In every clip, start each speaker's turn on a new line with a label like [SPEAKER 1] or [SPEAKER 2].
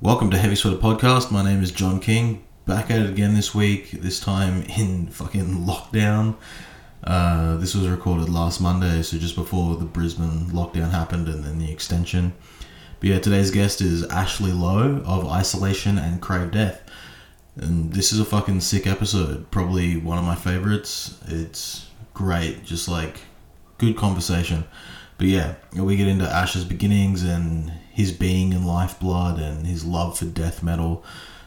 [SPEAKER 1] Welcome to Heavy Sweater Podcast. My name is John King. Back at it again this week, this time in fucking lockdown. Uh, this was recorded last Monday, so just before the Brisbane lockdown happened and then the extension. But yeah, today's guest is Ashley Lowe of Isolation and Crave Death. And this is a fucking sick episode. Probably one of my favorites. It's great. Just like good conversation. But yeah, we get into Ash's beginnings and his being in Lifeblood and his love for death metal,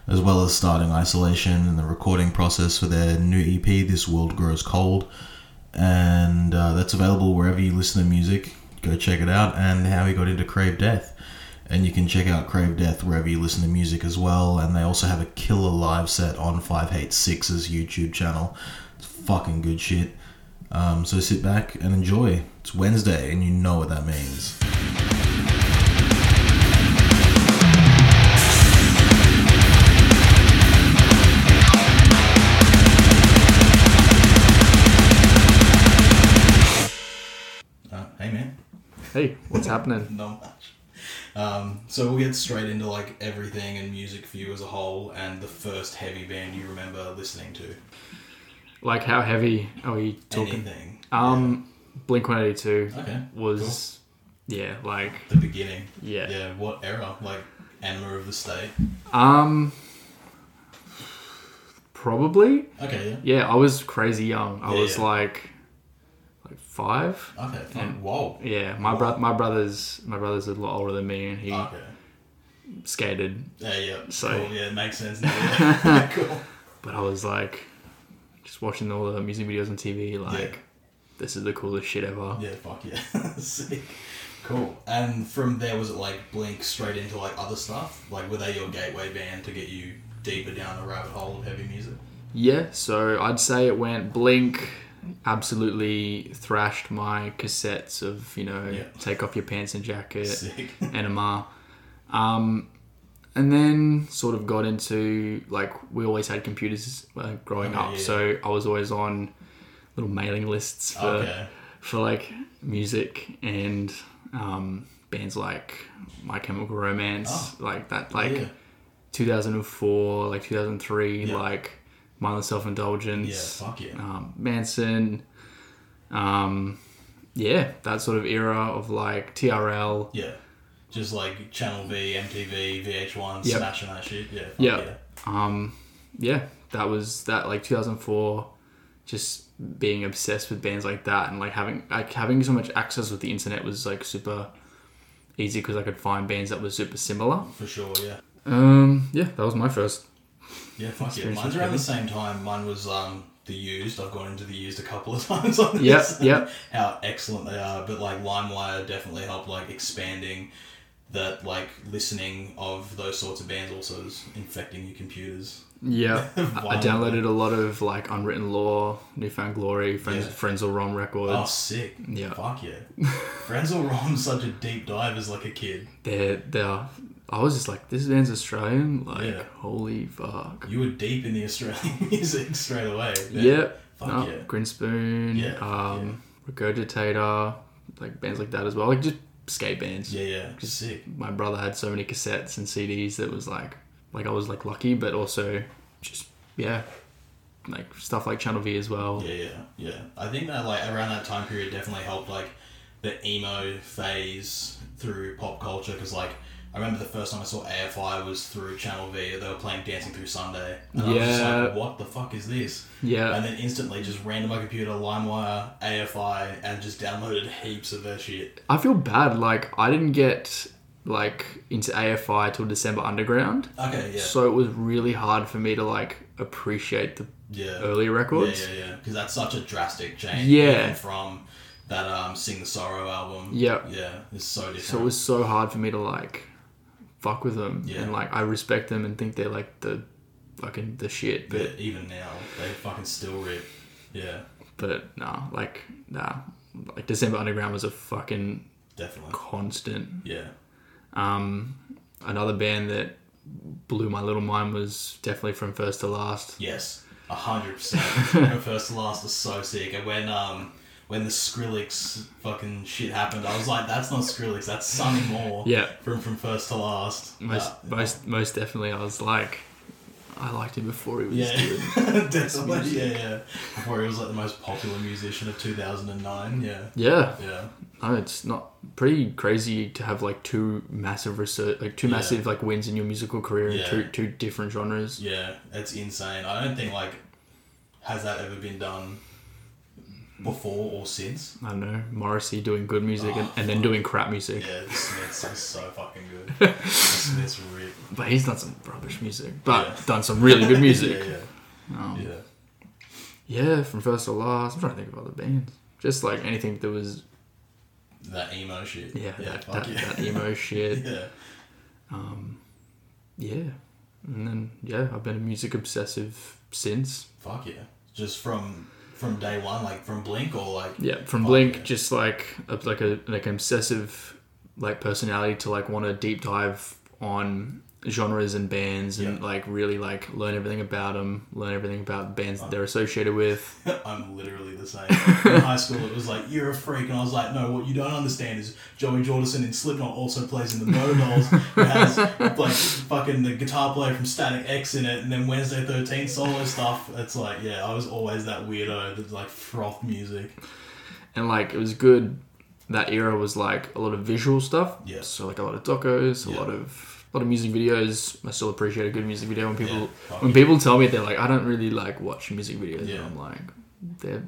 [SPEAKER 1] as well as starting Isolation and the recording process for their new EP, This World Grows Cold. And uh, that's available wherever you listen to music. Go check it out. And how he got into Crave Death. And you can check out Crave Death wherever you listen to music as well. And they also have a killer live set on 586's YouTube channel. It's fucking good shit. Um, so sit back and enjoy. It's Wednesday, and you know what that means. Uh, hey, man.
[SPEAKER 2] Hey, what's happening?
[SPEAKER 1] Not much. Um, so we'll get straight into like everything and music for you as a whole, and the first heavy band you remember listening to.
[SPEAKER 2] Like, how heavy are we talking?
[SPEAKER 1] Anything.
[SPEAKER 2] Um, Blink One Eighty Two
[SPEAKER 1] Okay.
[SPEAKER 2] was, yeah, like,
[SPEAKER 1] The beginning.
[SPEAKER 2] yeah.
[SPEAKER 1] Yeah. What era? Like Anima of the State.
[SPEAKER 2] Um, probably,
[SPEAKER 1] Okay.
[SPEAKER 2] yeah. I was crazy young. I
[SPEAKER 1] Yeah,
[SPEAKER 2] was
[SPEAKER 1] yeah.
[SPEAKER 2] like, like five.
[SPEAKER 1] Yeah. Okay.
[SPEAKER 2] Mm.
[SPEAKER 1] Fine. Whoa.
[SPEAKER 2] Yeah, my bro- my brother's my brother's a lot older than me, and he
[SPEAKER 1] Okay.
[SPEAKER 2] skated.
[SPEAKER 1] Yeah. Yeah.
[SPEAKER 2] So-
[SPEAKER 1] Cool. Yeah. It makes sense. Now. Yeah. cool.
[SPEAKER 2] But I was like, just watching all the music videos on TV. Like, this is the coolest shit ever.
[SPEAKER 1] Yeah. Fuck yeah. Sick. Cool. And from there, was it like blink straight into like other stuff? Like, were they your gateway band to get you deeper down the rabbit hole of heavy music?
[SPEAKER 2] Yeah, so I'd say it went blink. Absolutely thrashed my cassettes of you know
[SPEAKER 1] Yeah.
[SPEAKER 2] take off your pants and jacket,
[SPEAKER 1] Sick.
[SPEAKER 2] NMR, um, and then sort of got into like we always had computers uh, growing
[SPEAKER 1] Okay,
[SPEAKER 2] up,
[SPEAKER 1] Oh, yeah.
[SPEAKER 2] so I was always on little mailing lists for
[SPEAKER 1] okay.
[SPEAKER 2] for like music and um, bands like My Chemical Romance,
[SPEAKER 1] Oh.
[SPEAKER 2] like that, like
[SPEAKER 1] Yeah.
[SPEAKER 2] 2004, like 2003,
[SPEAKER 1] Yeah.
[SPEAKER 2] like Mindless Self
[SPEAKER 1] Yeah.
[SPEAKER 2] Indulgence,
[SPEAKER 1] Fuck yeah.
[SPEAKER 2] um, Manson, um, yeah, that sort of era of like TRL.
[SPEAKER 1] Yeah. Just like Channel V, MTV, VH1,
[SPEAKER 2] Yep.
[SPEAKER 1] smashing that shit. Yeah. fuck
[SPEAKER 2] Yeah. Um, yeah, that was that like 2004. Just being obsessed with bands like that and like having like having so much access with the internet was like super easy because I could find bands that were super similar.
[SPEAKER 1] For sure. Yeah.
[SPEAKER 2] Um, yeah, that was my first.
[SPEAKER 1] Yeah. Fuck yeah.
[SPEAKER 2] Experience
[SPEAKER 1] Mine's
[SPEAKER 2] with
[SPEAKER 1] around the
[SPEAKER 2] heavy.
[SPEAKER 1] same time. Mine was um the used. I've gone into the used a couple of times on
[SPEAKER 2] Yep,
[SPEAKER 1] this.
[SPEAKER 2] yep.
[SPEAKER 1] How excellent they are, but like LimeWire definitely helped like expanding that like listening of those sorts of bands also is infecting your computers.
[SPEAKER 2] Yeah, I I
[SPEAKER 1] Wow.
[SPEAKER 2] downloaded a lot of like Unwritten Law, Newfound Glory, Friends,
[SPEAKER 1] Yeah.
[SPEAKER 2] Frenzel Rom records.
[SPEAKER 1] Oh, sick.
[SPEAKER 2] Yeah.
[SPEAKER 1] Fuck yeah. Frenzel Rom's such a deep dive as like a kid.
[SPEAKER 2] They're they're. I was just like, this band's Australian. Like,
[SPEAKER 1] Yeah.
[SPEAKER 2] holy fuck.
[SPEAKER 1] You were deep in the Australian music straight away.
[SPEAKER 2] Yeah.
[SPEAKER 1] Fuck
[SPEAKER 2] no,
[SPEAKER 1] yeah.
[SPEAKER 2] Green Spoon.
[SPEAKER 1] Yeah,
[SPEAKER 2] Um, Regurgitator, like bands like that as well. Like just skate bands.
[SPEAKER 1] Yeah, yeah. Just sick.
[SPEAKER 2] My brother had so many cassettes and CDs that was like, like I was like lucky, but also just yeah, like stuff like Channel V as well.
[SPEAKER 1] Yeah, yeah, yeah. I think that like around that time period definitely helped like the emo phase through pop culture because like I remember the first time I saw AFI was through Channel V. They were playing Dancing Through Sunday, and I was just
[SPEAKER 2] Yeah.
[SPEAKER 1] like, "What the fuck is this?"
[SPEAKER 2] yeah.
[SPEAKER 1] And then instantly just ran to my computer, LimeWire, AFI, and just downloaded heaps of their shit.
[SPEAKER 2] I feel bad. Like I didn't get like into AFI till December Underground,
[SPEAKER 1] Okay, yeah,
[SPEAKER 2] so it was really hard for me to like appreciate the
[SPEAKER 1] yeah.
[SPEAKER 2] earlier
[SPEAKER 1] Yeah,
[SPEAKER 2] records.
[SPEAKER 1] yeah, yeah. Because that's such a drastic change.
[SPEAKER 2] Yeah.
[SPEAKER 1] even from that um, "Sing the Sorrow" album.
[SPEAKER 2] Yeah.
[SPEAKER 1] yeah, it's so different.
[SPEAKER 2] So it was so hard for me to like fuck with them,
[SPEAKER 1] Yeah.
[SPEAKER 2] and like I respect them and think they're like the fucking the shit. But
[SPEAKER 1] but even now they fucking still rip. Yeah,
[SPEAKER 2] but nah, like nah, like December Underground was a fucking
[SPEAKER 1] definitely.
[SPEAKER 2] constant.
[SPEAKER 1] Yeah.
[SPEAKER 2] Um, another band that blew my little mind was definitely from first to last.
[SPEAKER 1] Yes. A hundred percent. Her first to last is so sick. And when um when the Skrillex fucking shit happened, I was like, that's not Skrillex, that's Sonny Moore.
[SPEAKER 2] Yeah.
[SPEAKER 1] From from first to last.
[SPEAKER 2] Most,
[SPEAKER 1] Uh,
[SPEAKER 2] most, most definitely. I was like, I liked him before he was
[SPEAKER 1] yeah.
[SPEAKER 2] doing
[SPEAKER 1] Definitely.
[SPEAKER 2] music.
[SPEAKER 1] Yeah, yeah. Before he was like the most popular musician of 2009. Yeah.
[SPEAKER 2] Yeah,
[SPEAKER 1] Yeah.
[SPEAKER 2] no, it's not pretty crazy to have like two massive research, like two
[SPEAKER 1] Yeah.
[SPEAKER 2] massive like wins in your musical career in
[SPEAKER 1] Yeah.
[SPEAKER 2] two two different genres.
[SPEAKER 1] Yeah. It's insane. I don't think like has that ever been done before or since.
[SPEAKER 2] I don't know Morrissey doing good music and, and then doing crap music,
[SPEAKER 1] Oh. Yeah, the Smiths is so fucking good. The Smiths rip.
[SPEAKER 2] but he's done some rubbish music, but
[SPEAKER 1] Yeah.
[SPEAKER 2] done some really good music.
[SPEAKER 1] Yeah, yeah.
[SPEAKER 2] Um,
[SPEAKER 1] yeah.
[SPEAKER 2] yeah, from first to last. I'm trying to think of other bands. Just like anything that was
[SPEAKER 1] That emo shit.
[SPEAKER 2] yeah,
[SPEAKER 1] Yeah.
[SPEAKER 2] that,
[SPEAKER 1] fuck
[SPEAKER 2] that,
[SPEAKER 1] yeah.
[SPEAKER 2] that emo shit.
[SPEAKER 1] yeah.
[SPEAKER 2] Um, yeah, and then yeah, I've been a music obsessive since.
[SPEAKER 1] Fuck yeah. Just from from day one, like from Blink or like
[SPEAKER 2] Yeah, from
[SPEAKER 1] Fuck
[SPEAKER 2] Blink,
[SPEAKER 1] Oh, yeah.
[SPEAKER 2] just like a, like a like an obsessive like personality to like want to deep dive on genres and bands and
[SPEAKER 1] Yeah.
[SPEAKER 2] like really like learn everything about them, learn everything about bands that they're associated with.
[SPEAKER 1] I'm literally the same. In high school, it was like you're a freak, and I was like, no. What you don't understand is Joey Jordison in Slipknot also plays in the Murder Dolls, who has like fucking the guitar player from Static X in it, and then Wednesday Thirteen solo stuff. It's like, yeah, I was always that weirdo that like froth music.
[SPEAKER 2] and like it was good. That era was like a lot of visual stuff.
[SPEAKER 1] Yeah.
[SPEAKER 2] So like a lot of docos, a
[SPEAKER 1] Yeah.
[SPEAKER 2] lot of a lot of music videos. I still appreciate a good music video when people
[SPEAKER 1] Yeah, fuck
[SPEAKER 2] when
[SPEAKER 1] yeah.
[SPEAKER 2] people tell me they're like I don't really like watch music videos.
[SPEAKER 1] Yeah.
[SPEAKER 2] And I'm like they're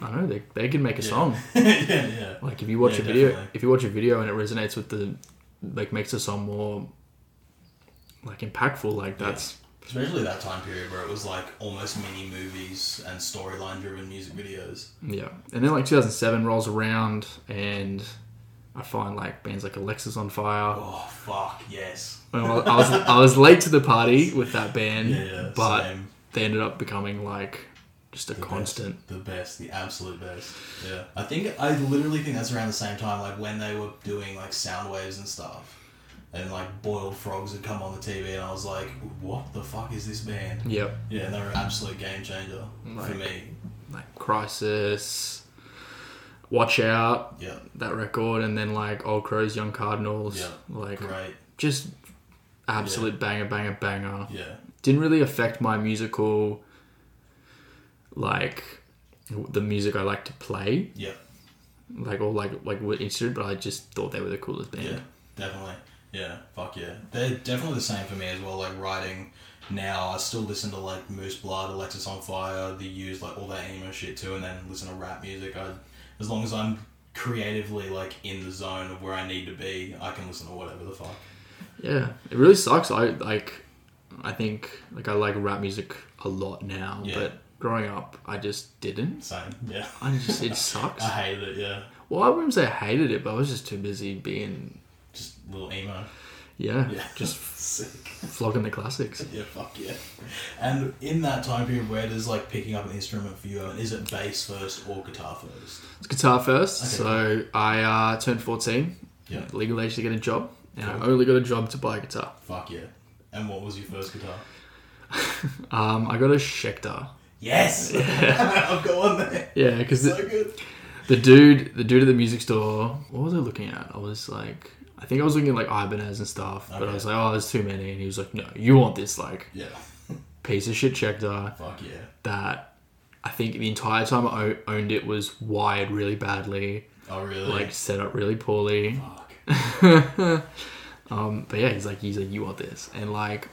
[SPEAKER 2] I don't know they they can make a
[SPEAKER 1] Yeah.
[SPEAKER 2] song.
[SPEAKER 1] yeah, yeah,
[SPEAKER 2] Like if you watch
[SPEAKER 1] Yeah,
[SPEAKER 2] a video,
[SPEAKER 1] definitely.
[SPEAKER 2] if you watch a video and it resonates with the like makes a song more like impactful. Like
[SPEAKER 1] Yeah.
[SPEAKER 2] that's
[SPEAKER 1] especially that time period where it was like almost mini movies and storyline driven music videos.
[SPEAKER 2] Yeah, and then like 2007 rolls around and. I find like bands like Alexis on Fire,
[SPEAKER 1] Oh fuck yes,
[SPEAKER 2] Well, I was I was late to the party with that band,
[SPEAKER 1] yeah, yeah
[SPEAKER 2] but
[SPEAKER 1] same.
[SPEAKER 2] they ended up becoming like just a
[SPEAKER 1] The best.
[SPEAKER 2] constant.
[SPEAKER 1] the best, the absolute best. Yeah, I think I literally think that's around the same time, like when they were doing like sound waves and stuff, and like boiled frogs had come on the TV, and I was like, "What the fuck is this band?"
[SPEAKER 2] Yep,
[SPEAKER 1] Yeah, and they were an absolute game changer for
[SPEAKER 2] Like-
[SPEAKER 1] me.
[SPEAKER 2] like Crisis, Watch Out,
[SPEAKER 1] Yeah,
[SPEAKER 2] that record, and then like Old Crows, Young Cardinals,
[SPEAKER 1] Yeah.
[SPEAKER 2] like
[SPEAKER 1] great.
[SPEAKER 2] just absolute banger, banger, banger.
[SPEAKER 1] Yeah,
[SPEAKER 2] Didn't really affect my musical, like w- the music I like to play,
[SPEAKER 1] yeah,
[SPEAKER 2] like or like like what interested, but I just thought they were the coolest band.
[SPEAKER 1] yeah, definitely. Yeah, fuck yeah. They're definitely the same for me as well. Like writing now, I still listen to like Moose Blood, Alexis on Fire, The Used, like all that emo shit too, and then listen to rap music. I, as long as I'm creatively like in the zone of where I need to be, I can listen to whatever the fuck.
[SPEAKER 2] Yeah, it really sucks. I like, I think like I like rap music a lot now,
[SPEAKER 1] Yeah.
[SPEAKER 2] but growing up, I just didn't.
[SPEAKER 1] Same. Yeah.
[SPEAKER 2] I just it sucks.
[SPEAKER 1] I hated it. Yeah.
[SPEAKER 2] Well, I wouldn't say I hated it, but I was just too busy being
[SPEAKER 1] Just little emo.
[SPEAKER 2] yeah,
[SPEAKER 1] Yeah.
[SPEAKER 2] just
[SPEAKER 1] sick.
[SPEAKER 2] flogging the classics.
[SPEAKER 1] Yeah. Fuck yeah. And in that time period, where does like picking up an instrument for you? Is it bass first or guitar first?
[SPEAKER 2] It's guitar first.
[SPEAKER 1] Okay.
[SPEAKER 2] So I uh, turned fourteen,
[SPEAKER 1] Yeah.
[SPEAKER 2] legal age to get a job, and I
[SPEAKER 1] Cool.
[SPEAKER 2] only got a job to buy a guitar.
[SPEAKER 1] Fuck yeah. And what was your first guitar?
[SPEAKER 2] Um, I got a Schecter.
[SPEAKER 1] Yes, I've got one there.
[SPEAKER 2] Yeah, because
[SPEAKER 1] So good.
[SPEAKER 2] The dude, the dude at the music store. What was I looking at? I was like, I think I was looking at like Ibanez and stuff, but
[SPEAKER 1] Okay.
[SPEAKER 2] I was like, oh, there's too many. And he was like, no, you want this like
[SPEAKER 1] Yeah,
[SPEAKER 2] piece of shit checker
[SPEAKER 1] fuck yeah,
[SPEAKER 2] that I think the entire time I o- owned it was wired really badly,
[SPEAKER 1] oh really?
[SPEAKER 2] like set up really poorly.
[SPEAKER 1] fuck.
[SPEAKER 2] Um, but yeah, he's like, he's like, you want this, and like,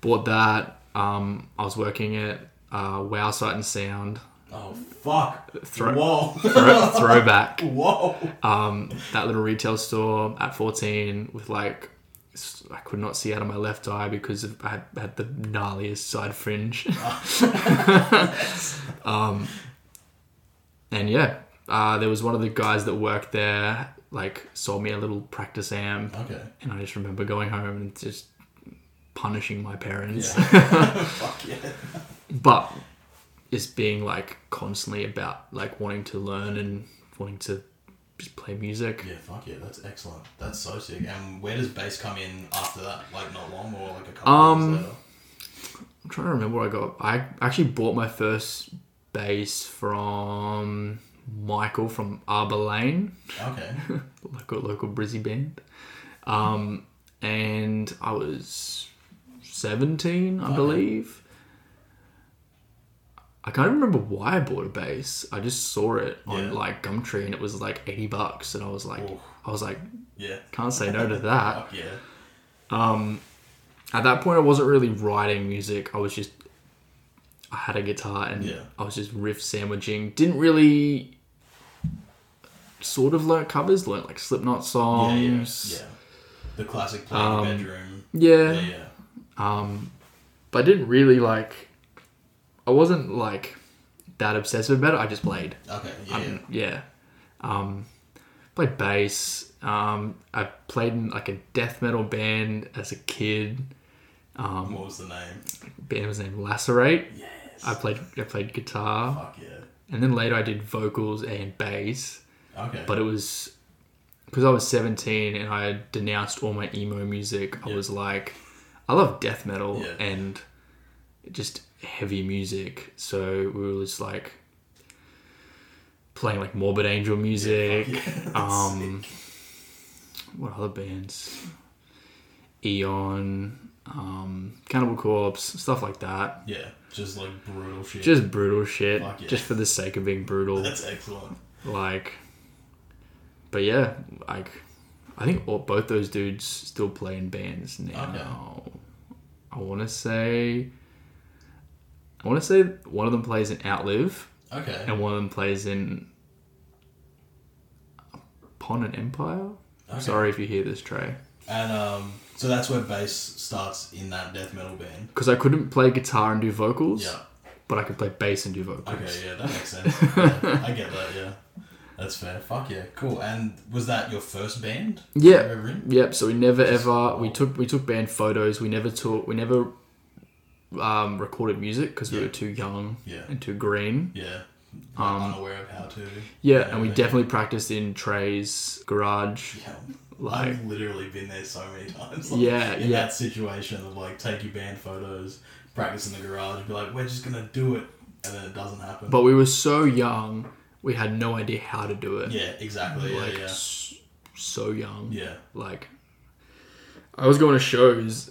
[SPEAKER 2] bought that. Um, I was working at uh, Wow Sight and Sound
[SPEAKER 1] Oh fuck.
[SPEAKER 2] Throw-
[SPEAKER 1] Whoa,
[SPEAKER 2] Throw- throwback.
[SPEAKER 1] whoa.
[SPEAKER 2] um, that little retail store at 14 with like s- I could not see out of my left eye because of, I had- had the gnarliest side fringe. um, and yeah, uh, there was one of the guys that worked there, like sold me a little practice amp,
[SPEAKER 1] Okay.
[SPEAKER 2] and I just remember going home and just punishing my parents,
[SPEAKER 1] Yeah. fuck yeah.
[SPEAKER 2] but just being like constantly about like wanting to learn and wanting to just play music.
[SPEAKER 1] Yeah, fuck yeah. That's excellent. That's so sick. And where does bass come in after that? Like not long or like a couple
[SPEAKER 2] Um,
[SPEAKER 1] of years later?
[SPEAKER 2] I'm trying to remember what I got. I actually bought my first bass from Michael from Arbor Lane,
[SPEAKER 1] Okay.
[SPEAKER 2] local local Brizzy band. Um, and I was seventeen, I
[SPEAKER 1] Okay.
[SPEAKER 2] believe. I can't remember why I bought a bass. I just saw it on
[SPEAKER 1] Yeah.
[SPEAKER 2] like Gumtree, and it was like eighty bucks, and I was like,
[SPEAKER 1] Oof.
[SPEAKER 2] I was like,
[SPEAKER 1] Yeah.
[SPEAKER 2] can't say no to that.
[SPEAKER 1] Fuck yeah.
[SPEAKER 2] at that point I wasn't really writing music. I was just I had a guitar and
[SPEAKER 1] Yeah.
[SPEAKER 2] I was just riff sandwiching. Didn't really sort of learn covers, learn like Slipknot
[SPEAKER 1] Yeah, yeah,
[SPEAKER 2] songs.
[SPEAKER 1] yeah. The classic play in the bedroom.
[SPEAKER 2] Um, Yeah.
[SPEAKER 1] Yeah, yeah.
[SPEAKER 2] But I didn't really like I wasn't like that obsessive about it. I just played.
[SPEAKER 1] Okay, yeah.
[SPEAKER 2] Um, yeah. Um, played bass. Um, I played in like a death metal band as a kid.
[SPEAKER 1] what was the name?
[SPEAKER 2] Band was named Lacerate.
[SPEAKER 1] Yes.
[SPEAKER 2] I played I played guitar.
[SPEAKER 1] Fuck yeah.
[SPEAKER 2] and then later I did vocals and bass,
[SPEAKER 1] Okay.
[SPEAKER 2] but it was because I was 17 and I had denounced all my emo music. I was like, I love death metal
[SPEAKER 1] Yeah.
[SPEAKER 2] and just heavy music, so we were just like playing like Morbid Angel music. um, what other bands? Eon, um, Cannibal Corpse, stuff like that.
[SPEAKER 1] yeah, just like brutal shit.
[SPEAKER 2] Just brutal shit,
[SPEAKER 1] Fuck yeah.
[SPEAKER 2] just for the sake of being brutal
[SPEAKER 1] That's excellent.
[SPEAKER 2] like but yeah like i think all, both those dudes still play in bands now i want to say i want to say one of them plays in outlive
[SPEAKER 1] Okay.
[SPEAKER 2] and one of them plays in upon an empire
[SPEAKER 1] okay.
[SPEAKER 2] sorry if you hear this trey
[SPEAKER 1] And um, so that's where bass starts in that death metal band.
[SPEAKER 2] because i couldn't play guitar and do vocals
[SPEAKER 1] Yeah.
[SPEAKER 2] but i could play bass and do vocals
[SPEAKER 1] Okay, yeah, that makes sense. Yeah, I get that, yeah. That's fair. Fuck yeah. Cool. And was that your first band?
[SPEAKER 2] Yeah.
[SPEAKER 1] You ever in?
[SPEAKER 2] Yep. So we never ever we took we took band photos. We never took we never um, recorded music because we
[SPEAKER 1] Yeah.
[SPEAKER 2] were too young
[SPEAKER 1] Yeah.
[SPEAKER 2] and too green.
[SPEAKER 1] Yeah.
[SPEAKER 2] Um,
[SPEAKER 1] I'm unaware of how to.
[SPEAKER 2] Yeah,
[SPEAKER 1] you know,
[SPEAKER 2] and we
[SPEAKER 1] but-
[SPEAKER 2] definitely practiced in Trey's garage.
[SPEAKER 1] Yeah.
[SPEAKER 2] Like-
[SPEAKER 1] I've literally been there so many times.
[SPEAKER 2] Yeah,
[SPEAKER 1] in
[SPEAKER 2] yeah.
[SPEAKER 1] that situation of like take your band photos, practice in the garage, be like, we're just gonna do it, and then it doesn't happen.
[SPEAKER 2] But we were so young, we had no idea how to do it.
[SPEAKER 1] yeah, exactly. Yeah,
[SPEAKER 2] like
[SPEAKER 1] yeah,
[SPEAKER 2] s- so young.
[SPEAKER 1] yeah.
[SPEAKER 2] Like I was going to shows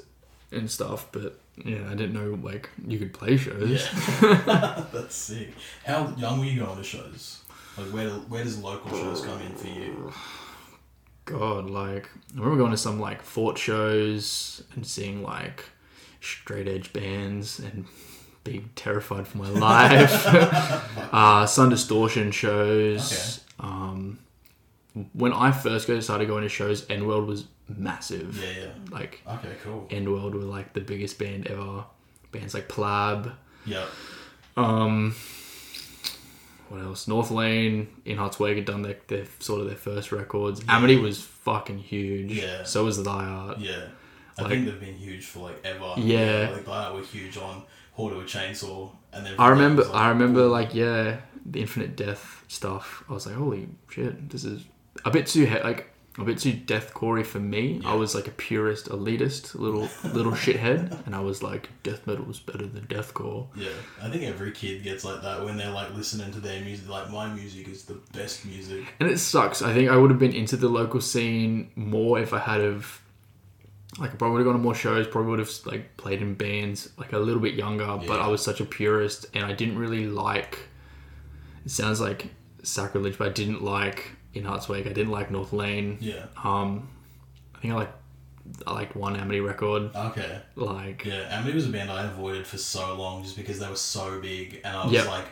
[SPEAKER 2] and stuff, but yeah, I didn't know like you could play shows.
[SPEAKER 1] Yeah. That's sick. How young were you going to shows? Like, where where does local shows come in for you?
[SPEAKER 2] God, like I remember going to some like fort shows and seeing like straight edge bands and being terrified for my life. uh, Sun Distortion shows. Um, when I first go- started going to shows, N World was massive.
[SPEAKER 1] Yeah,
[SPEAKER 2] Like
[SPEAKER 1] yeah. Okay, cool.
[SPEAKER 2] N World were like the biggest band ever. Bands like Plab.
[SPEAKER 1] Yeah.
[SPEAKER 2] Um, what else? North Lane in Hartsweg had done their, their sort of their first records. Amity was fucking huge.
[SPEAKER 1] Yeah.
[SPEAKER 2] So was Thy Art.
[SPEAKER 1] Yeah. I
[SPEAKER 2] Like-
[SPEAKER 1] think they've been huge for like ever.
[SPEAKER 2] Yeah.
[SPEAKER 1] Like that were huge on Horde with Chainsaw and then
[SPEAKER 2] I remember.
[SPEAKER 1] was like,
[SPEAKER 2] I remember like yeah, the Infinite Death stuff. I was like, holy shit, this is a bit too he- like a bit too death corey for me. I was like a purist, elitist, little little shithead, and I was like, death metal was better than deathcore.
[SPEAKER 1] Yeah, I think every kid gets like that when they're like listening to their music. Like my music is the best music.
[SPEAKER 2] and it sucks. I think I would have been into the local scene more if I had have, like, I probably would have gone to more shows. Probably would have like played in bands, like a little bit younger. But
[SPEAKER 1] Yeah.
[SPEAKER 2] I was such a purist, and I didn't really like. It sounds like sacrilege, but I didn't like in Hearts Wake. I didn't like North Lane.
[SPEAKER 1] Yeah.
[SPEAKER 2] Um, I think I like I liked one Amity record.
[SPEAKER 1] Okay.
[SPEAKER 2] Like,
[SPEAKER 1] Yeah, Amity was a band I avoided for so long just because they were so big, and I was
[SPEAKER 2] Yep.
[SPEAKER 1] like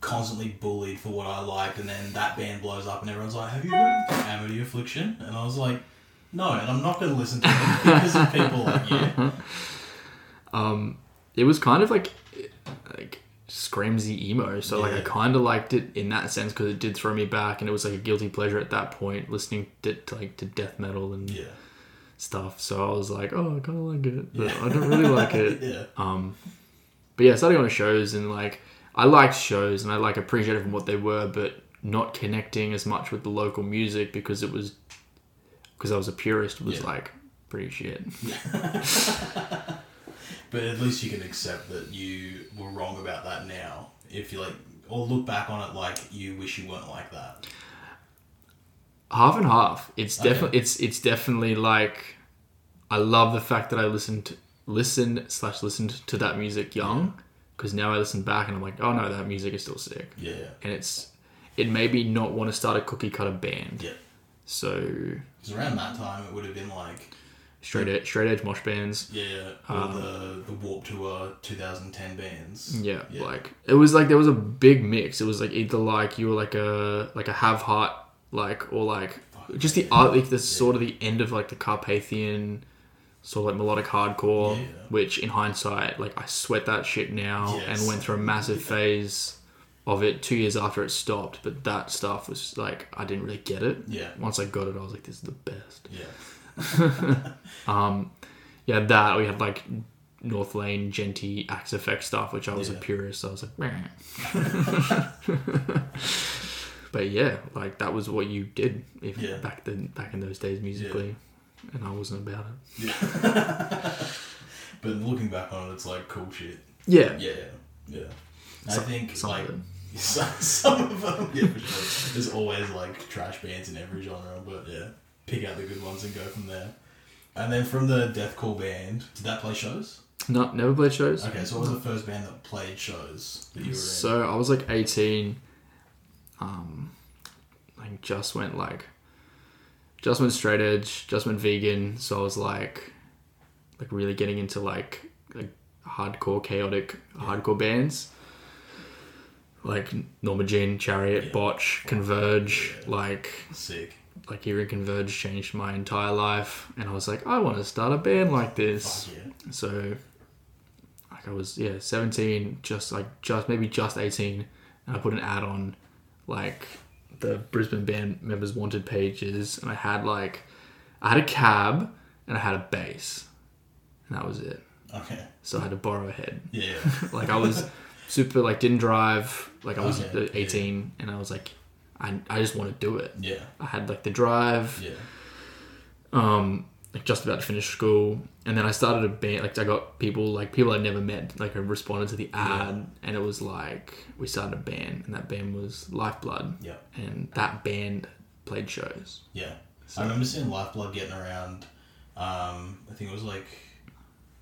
[SPEAKER 1] constantly bullied for what I liked. And then that band blows up, and everyone's like, "Have you heard of Amity Affliction?" And I was like, "No," and I'm not going to listen to them because of people like you.
[SPEAKER 2] it was kind of like like screamsy emo so like i
[SPEAKER 1] Yeah.
[SPEAKER 2] kind of liked it in that sense because it did throw me back and it was like a guilty pleasure at that point listening to, to like to death metal and
[SPEAKER 1] Yeah.
[SPEAKER 2] stuff so i was like oh i kind of like it but i don't really like it
[SPEAKER 1] Yeah.
[SPEAKER 2] but yeah i started going to shows and like i liked shows and i like appreciated from what they were but not connecting as much with the local music because it was because i was a purist was
[SPEAKER 1] Yeah.
[SPEAKER 2] like pretty shit
[SPEAKER 1] But at least you can accept that you were wrong about that now. If you like, or look back on it like you wish you weren't like that?
[SPEAKER 2] half and half. It's
[SPEAKER 1] Okay.
[SPEAKER 2] definitely it's it's definitely like I love the fact that I listened listened slash listened to that music young because now I listen back and I'm like, oh no, that music is still sick,
[SPEAKER 1] Yeah.
[SPEAKER 2] and it's it made me not want to start a cookie cutter band.
[SPEAKER 1] Yeah.
[SPEAKER 2] So
[SPEAKER 1] Because around that time, it would have been like
[SPEAKER 2] straight edge, straight edge mosh bands.
[SPEAKER 1] yeah, all the the Warp Tour 2010 bands.
[SPEAKER 2] Um, Yeah,
[SPEAKER 1] Yeah.
[SPEAKER 2] like it was like there was a big mix. It was like either like you were like a like a have heart like or like just the art like the sort of the end of like the Carpathian sort of like melodic hardcore,
[SPEAKER 1] Yeah.
[SPEAKER 2] which in hindsight like I sweat that shit now
[SPEAKER 1] Yes.
[SPEAKER 2] and went through a massive phase of it two years after it stopped. But that stuff was like I didn't really get it.
[SPEAKER 1] Yeah.
[SPEAKER 2] Once I got it, I was like, this is the best.
[SPEAKER 1] Yeah.
[SPEAKER 2] Um, yeah, that we had like North Lane, Genty, Axe Effect stuff, which I was
[SPEAKER 1] Yeah.
[SPEAKER 2] a purist. So I was like, "Meh." but yeah, like that was what you did if
[SPEAKER 1] Yeah.
[SPEAKER 2] back then, back in those days musically, and I wasn't about it.
[SPEAKER 1] But looking back on it, it's like cool shit.
[SPEAKER 2] Yeah,
[SPEAKER 1] Yeah. Yeah. And I
[SPEAKER 2] Some-
[SPEAKER 1] think
[SPEAKER 2] some
[SPEAKER 1] like
[SPEAKER 2] of
[SPEAKER 1] some, some of them, yeah, for sure. There's always like trash bands in every genre, but yeah, pick out the good ones and go from there. And then from the deathcore band, did that play shows?
[SPEAKER 2] no, never played shows.
[SPEAKER 1] Okay, so what was the first band that played shows that you were in?
[SPEAKER 2] So I was like 18. Um, I just went like, just went straight edge, just went vegan. So I was like, like really getting into like, like hardcore chaotic hardcore bands, like Norma Jean, Chariot,
[SPEAKER 1] Yeah.
[SPEAKER 2] Botch, Converge,
[SPEAKER 1] Yeah.
[SPEAKER 2] like
[SPEAKER 1] Sick.
[SPEAKER 2] like hearing Converge changed my entire life, and I was like, I want to start a band like this.
[SPEAKER 1] Fuck yeah.
[SPEAKER 2] So, like I was yeah, seventeen, just like just maybe just eighteen, and I put an ad on, like the Brisbane band members wanted pages, and I had like, I had a cab and I had a bass, and that was it.
[SPEAKER 1] Okay.
[SPEAKER 2] So I had to borrow a head.
[SPEAKER 1] Yeah.
[SPEAKER 2] Like I was super like didn't drive. Like I was
[SPEAKER 1] Okay, yeah.
[SPEAKER 2] eighteen, and I was like, I I just want to do it.
[SPEAKER 1] Yeah.
[SPEAKER 2] I had like the drive
[SPEAKER 1] Yeah.
[SPEAKER 2] um, like just about to finish school, and then I started a band. Like I got people, like people I never met, like I responded to the ad, and it was like we started a band, and that band was Lifeblood,
[SPEAKER 1] Yeah.
[SPEAKER 2] and that band played shows.
[SPEAKER 1] Yeah. I remember seeing Lifeblood getting around. Um, I think it was like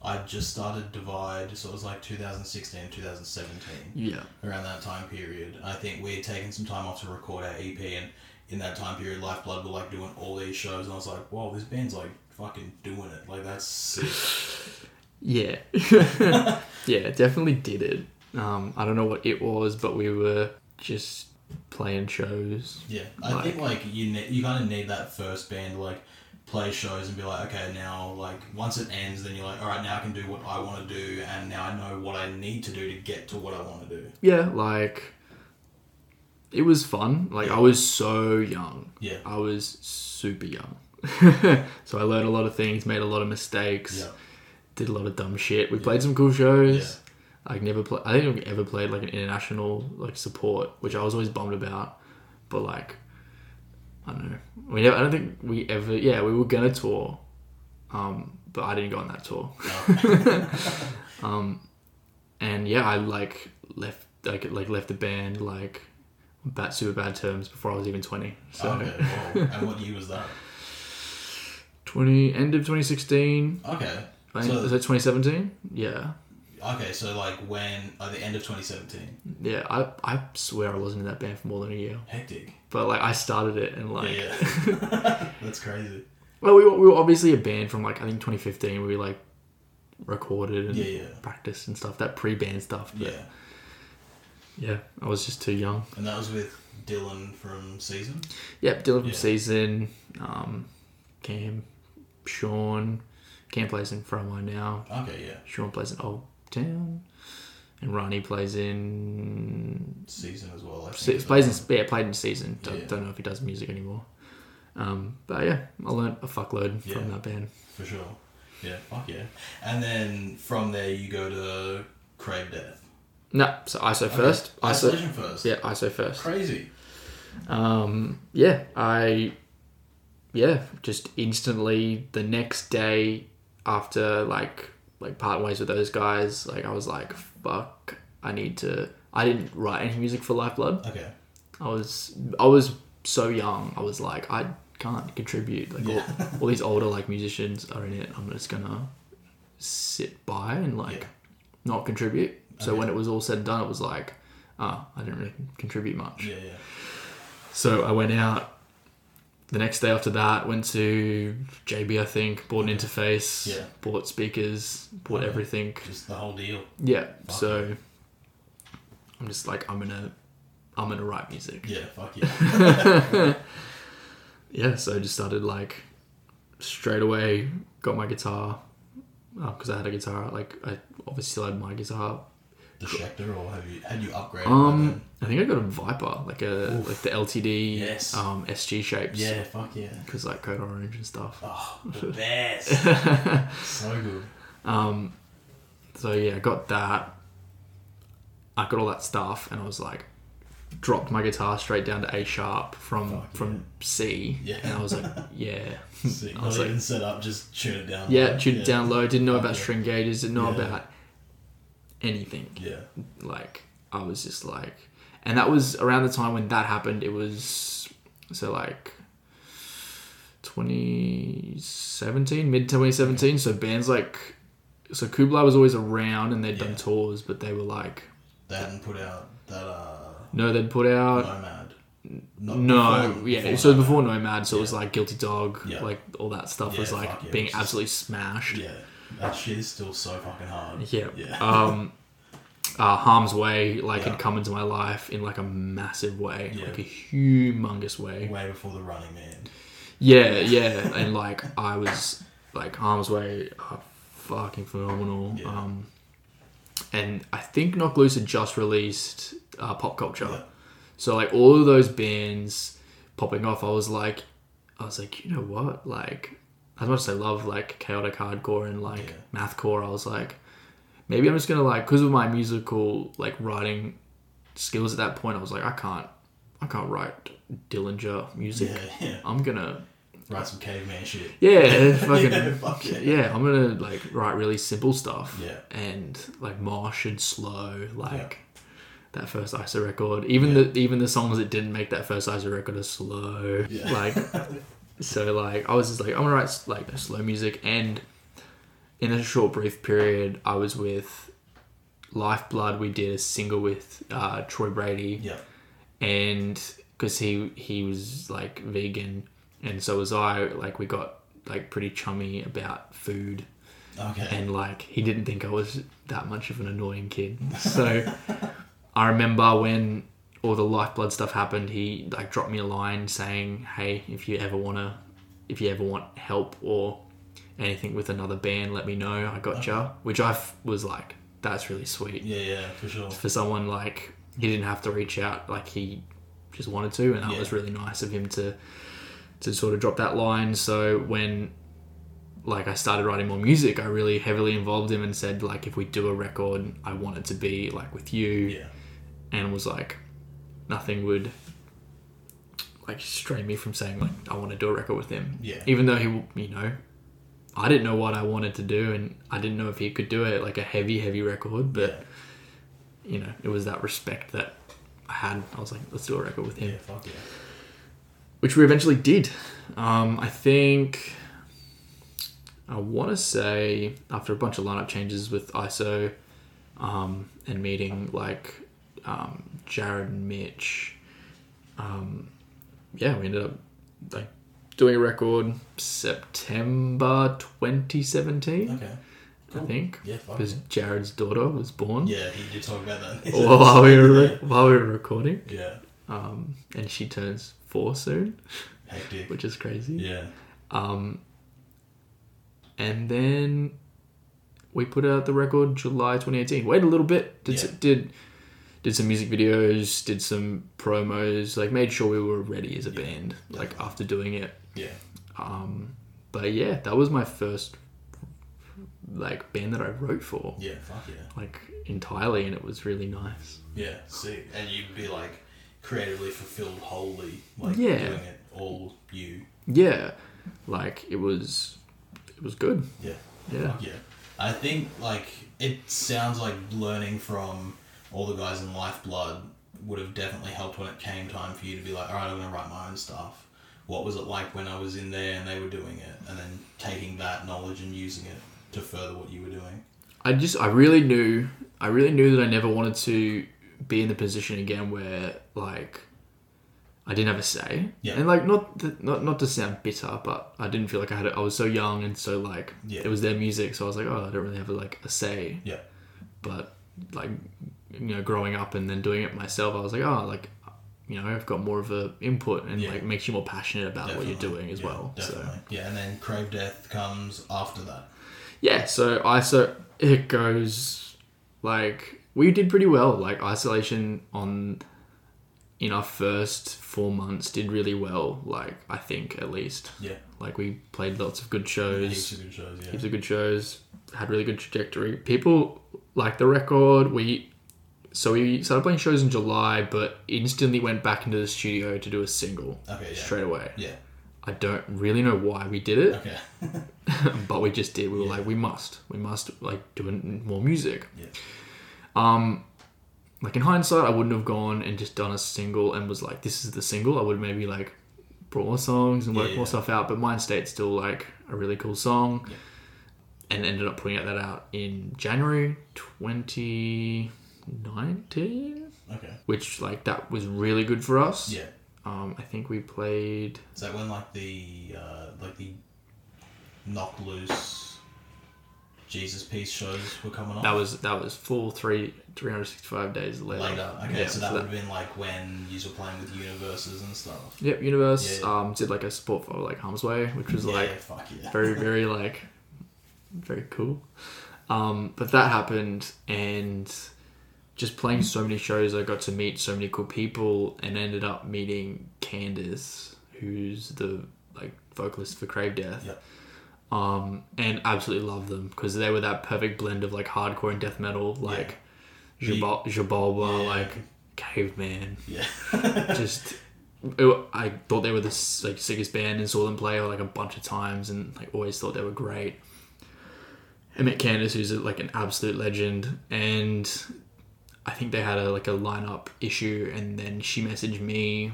[SPEAKER 1] I just started Divide, so it was like 2016, 2017,
[SPEAKER 2] Yeah,
[SPEAKER 1] around that time period. I think we had taken some time off to record our EP, and in that time period, Lifeblood were like doing all these shows, and I was like, "Wow, this band's like fucking doing it! Like that's sick."
[SPEAKER 2] yeah, yeah. Definitely did it. Um, I don't know what it was, but we were just playing shows.
[SPEAKER 1] Yeah, I
[SPEAKER 2] Like-
[SPEAKER 1] think like you ne- you kind of need that first band to like play shows and be like, okay, now like once it ends, then you're like, all right, now I can do what I want to do, and now I know what I need to do to get to what I want to do.
[SPEAKER 2] Yeah, like it was fun. Like I was so young.
[SPEAKER 1] Yeah,
[SPEAKER 2] I was super young. so I learned a lot of things, made a lot of mistakes,
[SPEAKER 1] yeah,
[SPEAKER 2] did a lot of dumb shit. We
[SPEAKER 1] Yeah.
[SPEAKER 2] played some cool shows. I've never played. I don't think I've ever played like an international like support, which I was always bummed about. But like, I don't know. We never. I don't think we ever. Yeah, we were gonna tour, um, but I didn't go on that tour. Um,
[SPEAKER 1] no,
[SPEAKER 2] And yeah, I like left like like left the band like bad super bad terms before I was even twenty. So
[SPEAKER 1] Oh, okay. Well, and what year was that?
[SPEAKER 2] twenty end of twenty sixteen.
[SPEAKER 1] Okay,
[SPEAKER 2] Is
[SPEAKER 1] So-
[SPEAKER 2] that 2017? Yeah.
[SPEAKER 1] okay. So like when at the end of 2017,
[SPEAKER 2] Yeah, I, I swear I wasn't in that band for more than a year.
[SPEAKER 1] hectic.
[SPEAKER 2] But, like, I started it and, like...
[SPEAKER 1] Yeah, yeah. that's crazy.
[SPEAKER 2] Well, we were, we were obviously a band from, like, I think 2015 we, like, recorded and
[SPEAKER 1] Yeah, yeah.
[SPEAKER 2] practiced and stuff. That pre-band stuff. But, yeah.
[SPEAKER 1] Yeah,
[SPEAKER 2] I was just too young.
[SPEAKER 1] and that was with Dylan from Season.
[SPEAKER 2] Yep, Dylan from
[SPEAKER 1] Yeah.
[SPEAKER 2] Season, um, Cam, Sean. Cam plays in From Why Now.
[SPEAKER 1] Okay, yeah,
[SPEAKER 2] Sean plays in Old Town. And Ronnie plays in
[SPEAKER 1] Season as well. I think
[SPEAKER 2] Se-
[SPEAKER 1] is
[SPEAKER 2] plays
[SPEAKER 1] that
[SPEAKER 2] in, yeah, played in season. Don't,
[SPEAKER 1] Yeah.
[SPEAKER 2] don't know if he does music anymore. Um, but yeah, I learnt a fuckload
[SPEAKER 1] Yeah.
[SPEAKER 2] from that band.
[SPEAKER 1] for sure. Yeah, fuck yeah. And then from there you go to Crave Death.
[SPEAKER 2] No, so ISO first. ISO,
[SPEAKER 1] Isolation first.
[SPEAKER 2] yeah, ISO first.
[SPEAKER 1] Crazy.
[SPEAKER 2] Um, yeah, I, yeah, just instantly the next day after like like part ways with those guys, like I was like, fuck, I need to I didn't write any music for Lifeblood.
[SPEAKER 1] Okay.
[SPEAKER 2] I was I was so young. I was like, I can't contribute. Like all, all these older like musicians are in it. I'm just gonna sit by and like
[SPEAKER 1] Yeah.
[SPEAKER 2] not contribute. So
[SPEAKER 1] Okay.
[SPEAKER 2] when it was all said and done, it was like, ah, I didn't really contribute much.
[SPEAKER 1] Yeah, yeah.
[SPEAKER 2] So I went out the next day after that, went to JB, I think, bought an interface,
[SPEAKER 1] Yeah.
[SPEAKER 2] bought speakers, bought
[SPEAKER 1] Okay.
[SPEAKER 2] everything.
[SPEAKER 1] Just the whole deal.
[SPEAKER 2] Yeah.
[SPEAKER 1] Fuck.
[SPEAKER 2] So I'm just like, I'm gonna, I'm gonna write music.
[SPEAKER 1] Yeah, fuck yeah.
[SPEAKER 2] Yeah. So I just started like straight away, got my guitar because I had a guitar. Like I obviously still had my guitar.
[SPEAKER 1] the Schecter, or have you had you upgraded?
[SPEAKER 2] Um,
[SPEAKER 1] them?
[SPEAKER 2] I think I got a Viper, like a like the LTD,
[SPEAKER 1] Yes.
[SPEAKER 2] um, SG shapes.
[SPEAKER 1] yeah, fuck yeah.
[SPEAKER 2] Because like Code Orange and stuff.
[SPEAKER 1] Oh, the best. so good.
[SPEAKER 2] Um, so yeah, I got that. I got all that stuff, and I was like, dropped my guitar straight down to A sharp from
[SPEAKER 1] Fuck,
[SPEAKER 2] from
[SPEAKER 1] yeah.
[SPEAKER 2] C,
[SPEAKER 1] Yeah.
[SPEAKER 2] and I was like, yeah,
[SPEAKER 1] Sick.
[SPEAKER 2] I
[SPEAKER 1] Not
[SPEAKER 2] was like,
[SPEAKER 1] even set up, just tune it down.
[SPEAKER 2] yeah,
[SPEAKER 1] low.
[SPEAKER 2] tuned it down low. Didn't know
[SPEAKER 1] Fuck
[SPEAKER 2] about
[SPEAKER 1] yeah.
[SPEAKER 2] string gauges. Didn't know
[SPEAKER 1] Yeah.
[SPEAKER 2] about anything.
[SPEAKER 1] Yeah.
[SPEAKER 2] Like I was just like, and that was around the time when that happened. It was so like. 2017, mid 2017. So bands like, so Kublai was always around, and they'd done
[SPEAKER 1] Yeah.
[SPEAKER 2] tours, but they were like,
[SPEAKER 1] They hadn't put out that uh,
[SPEAKER 2] no, they'd put out
[SPEAKER 1] Nomad. Not
[SPEAKER 2] Uh, no,
[SPEAKER 1] Uh, before-
[SPEAKER 2] yeah. so it was
[SPEAKER 1] Nomad.
[SPEAKER 2] before Nomad, so it was like Guilty Dog,
[SPEAKER 1] Yeah.
[SPEAKER 2] like all that stuff
[SPEAKER 1] Yeah,
[SPEAKER 2] was like
[SPEAKER 1] fuck yeah,
[SPEAKER 2] being
[SPEAKER 1] it was just-
[SPEAKER 2] absolutely smashed.
[SPEAKER 1] Yeah, that shit is still so fucking hard.
[SPEAKER 2] Yeah.
[SPEAKER 1] Yeah.
[SPEAKER 2] Um, uh, Harm's Way like
[SPEAKER 1] Yeah.
[SPEAKER 2] had come into my life in like a massive way,
[SPEAKER 1] Yeah.
[SPEAKER 2] like a humongous way.
[SPEAKER 1] Way before the Running Man.
[SPEAKER 2] Yeah, yeah, and like I was like Harm's Way are fucking phenomenal.
[SPEAKER 1] Yeah.
[SPEAKER 2] Um, and I think Knock Loose had just released uh, Pop Culture,
[SPEAKER 1] Yeah.
[SPEAKER 2] so like all of those bands popping off, I was like, I was like, you know what, like as much as I love like chaotic hardcore and like
[SPEAKER 1] Yeah.
[SPEAKER 2] mathcore, I was like, maybe I'm just gonna like because of my musical like writing skills at that point, I was like, I can't, I can't write Dillinger music.
[SPEAKER 1] Yeah, yeah.
[SPEAKER 2] I'm gonna
[SPEAKER 1] Write some caveman shit.
[SPEAKER 2] yeah, fucking
[SPEAKER 1] yeah,
[SPEAKER 2] yeah,
[SPEAKER 1] fuck yeah.
[SPEAKER 2] I'm gonna like write really simple stuff.
[SPEAKER 1] Yeah.
[SPEAKER 2] and like mosh and slow, like that first ISO record. Even the even the songs that didn't make that first ISO record are slow.
[SPEAKER 1] Yeah.
[SPEAKER 2] Like, so like I was just like I'm gonna write like slow music, and in a short brief period, I was with Lifeblood. We did a single with uh, Troy Brady
[SPEAKER 1] Yeah.
[SPEAKER 2] and because he he was like vegan and so was I like we got like pretty chummy about food
[SPEAKER 1] Okay.
[SPEAKER 2] and like he didn't think I was that much of an annoying kid so I remember when all the lifeblood stuff happened he like dropped me a line saying hey if you ever want to if you ever want help or anything with another band let me know I gotcha which I f- was like that's really sweet
[SPEAKER 1] yeah, yeah, for sure.
[SPEAKER 2] for someone like he didn't have to reach out like he just wanted to and that
[SPEAKER 1] Yeah.
[SPEAKER 2] was really nice of him to to sort of drop that line so when like I started writing more music I really heavily involved him and said like if we do a record I want it to be like with you
[SPEAKER 1] Yeah.
[SPEAKER 2] and was like nothing would like stray me from saying like I want to do a record with him
[SPEAKER 1] Yeah.
[SPEAKER 2] even though he you know I didn't know what I wanted to do and I didn't know if he could do it like a heavy heavy record but
[SPEAKER 1] yeah.
[SPEAKER 2] you know, it was that respect that I had. I was like, let's do a record with him,
[SPEAKER 1] Yeah, fuck yeah.
[SPEAKER 2] which we eventually did. Um, I think I want to say after a bunch of lineup changes with ISO um, and meeting like um, Jared and Mitch, um, yeah, we ended up like doing a record September 2017,
[SPEAKER 1] Okay.
[SPEAKER 2] I think,
[SPEAKER 1] Yeah, fuck
[SPEAKER 2] because
[SPEAKER 1] yeah.
[SPEAKER 2] Jared's daughter was born.
[SPEAKER 1] Yeah, he did talk about that.
[SPEAKER 2] While we were re- while we were recording,
[SPEAKER 1] Yeah.
[SPEAKER 2] um, and she turns four soon,
[SPEAKER 1] Hectic.
[SPEAKER 2] which is crazy.
[SPEAKER 1] Yeah.
[SPEAKER 2] Um, and then we put out the record July 2018. Wait a little bit. Did
[SPEAKER 1] Yeah.
[SPEAKER 2] s- did did some music videos, did some promos, like made sure we were ready as a band. Like after doing it,
[SPEAKER 1] Yeah.
[SPEAKER 2] um, but yeah, that was my first like band that I wrote for,
[SPEAKER 1] Yeah, fuck yeah.
[SPEAKER 2] like entirely, and it was really nice.
[SPEAKER 1] Yeah, sick. And you'd be like creatively fulfilled wholly, like
[SPEAKER 2] Yeah.
[SPEAKER 1] doing it all you.
[SPEAKER 2] Yeah, like it was, it was good.
[SPEAKER 1] Yeah.
[SPEAKER 2] Yeah.
[SPEAKER 1] Yeah. I think like it sounds like learning from all the guys in Lifeblood would have definitely helped when it came time for you to be like, all right, I'm going to write my own stuff. What was it like when I was in there and they were doing it, and then taking that knowledge and using it to further what you were doing?
[SPEAKER 2] I just I really knew I really knew that I never wanted to be in the position again where like I didn't have a say.
[SPEAKER 1] Yeah.
[SPEAKER 2] And like not th- not not to sound bitter, but I didn't feel like I had. A, I was so young and so like
[SPEAKER 1] Yeah.
[SPEAKER 2] it was their music, so I was like, oh, I don't really have like a say.
[SPEAKER 1] Yeah.
[SPEAKER 2] But like you know, growing up and then doing it myself, I was like, oh, like you know, I've got more of a input and
[SPEAKER 1] Yeah.
[SPEAKER 2] like makes you more passionate about what you're
[SPEAKER 1] Definitely.
[SPEAKER 2] doing as
[SPEAKER 1] Yeah,
[SPEAKER 2] well. So.
[SPEAKER 1] Definitely. Yeah, and then Crave Death comes after that.
[SPEAKER 2] yeah, so ISO it goes like we did pretty well. Like isolation on in our first four months did really well. Like I think at least
[SPEAKER 1] Yeah.
[SPEAKER 2] like we played lots of good
[SPEAKER 1] Heaps
[SPEAKER 2] shows,
[SPEAKER 1] of good shows, yeah.
[SPEAKER 2] heaps of good shows, had really good trajectory. People liked the record. We so we started playing shows in July, but instantly went back into the studio to do a single
[SPEAKER 1] Okay, Oh, yeah.
[SPEAKER 2] straight away.
[SPEAKER 1] Yeah.
[SPEAKER 2] I don't really know why we did it
[SPEAKER 1] Okay.
[SPEAKER 2] but we just did. We were like, we must, we must like do n- more music.
[SPEAKER 1] Yeah.
[SPEAKER 2] Um, like in hindsight, I wouldn't have gone and just done a single and was like, this is the single. I would maybe like brought more songs and
[SPEAKER 1] Yeah,
[SPEAKER 2] worked more
[SPEAKER 1] yeah.
[SPEAKER 2] stuff out. But Mind State's still like a really cool song,
[SPEAKER 1] Yeah.
[SPEAKER 2] and ended up putting out that out in January 2019,
[SPEAKER 1] Okay.
[SPEAKER 2] which like that was really good for us.
[SPEAKER 1] Yeah.
[SPEAKER 2] Um, I think we played.
[SPEAKER 1] Is that when like the uh, like the knock loose Jesus piece shows were coming on?
[SPEAKER 2] That was that was full three 365 days later.
[SPEAKER 1] later. Okay,
[SPEAKER 2] Yeah,
[SPEAKER 1] so that would have been like when you were playing with universes and stuff.
[SPEAKER 2] Yep, Universe
[SPEAKER 1] Yeah.
[SPEAKER 2] um, did like a support for like Harm's Way, which was
[SPEAKER 1] yeah,
[SPEAKER 2] like
[SPEAKER 1] fuck yeah.
[SPEAKER 2] very, very like very cool. Um, but that happened, and just playing so many shows, I got to meet so many cool people, and ended up meeting Candace, who's the like vocalist for Crave Death.
[SPEAKER 1] Yep.
[SPEAKER 2] Um, and absolutely love them because they were that perfect blend of like hardcore and death metal, like
[SPEAKER 1] The-
[SPEAKER 2] Jabal Jabalba,
[SPEAKER 1] Yeah.
[SPEAKER 2] like caveman,
[SPEAKER 1] yeah.
[SPEAKER 2] just it, I thought they were the s- like sickest band and saw them play like a bunch of times and like always thought they were great. I met Candace, who's like an absolute legend, and I think they had a like a lineup issue, and then she messaged me,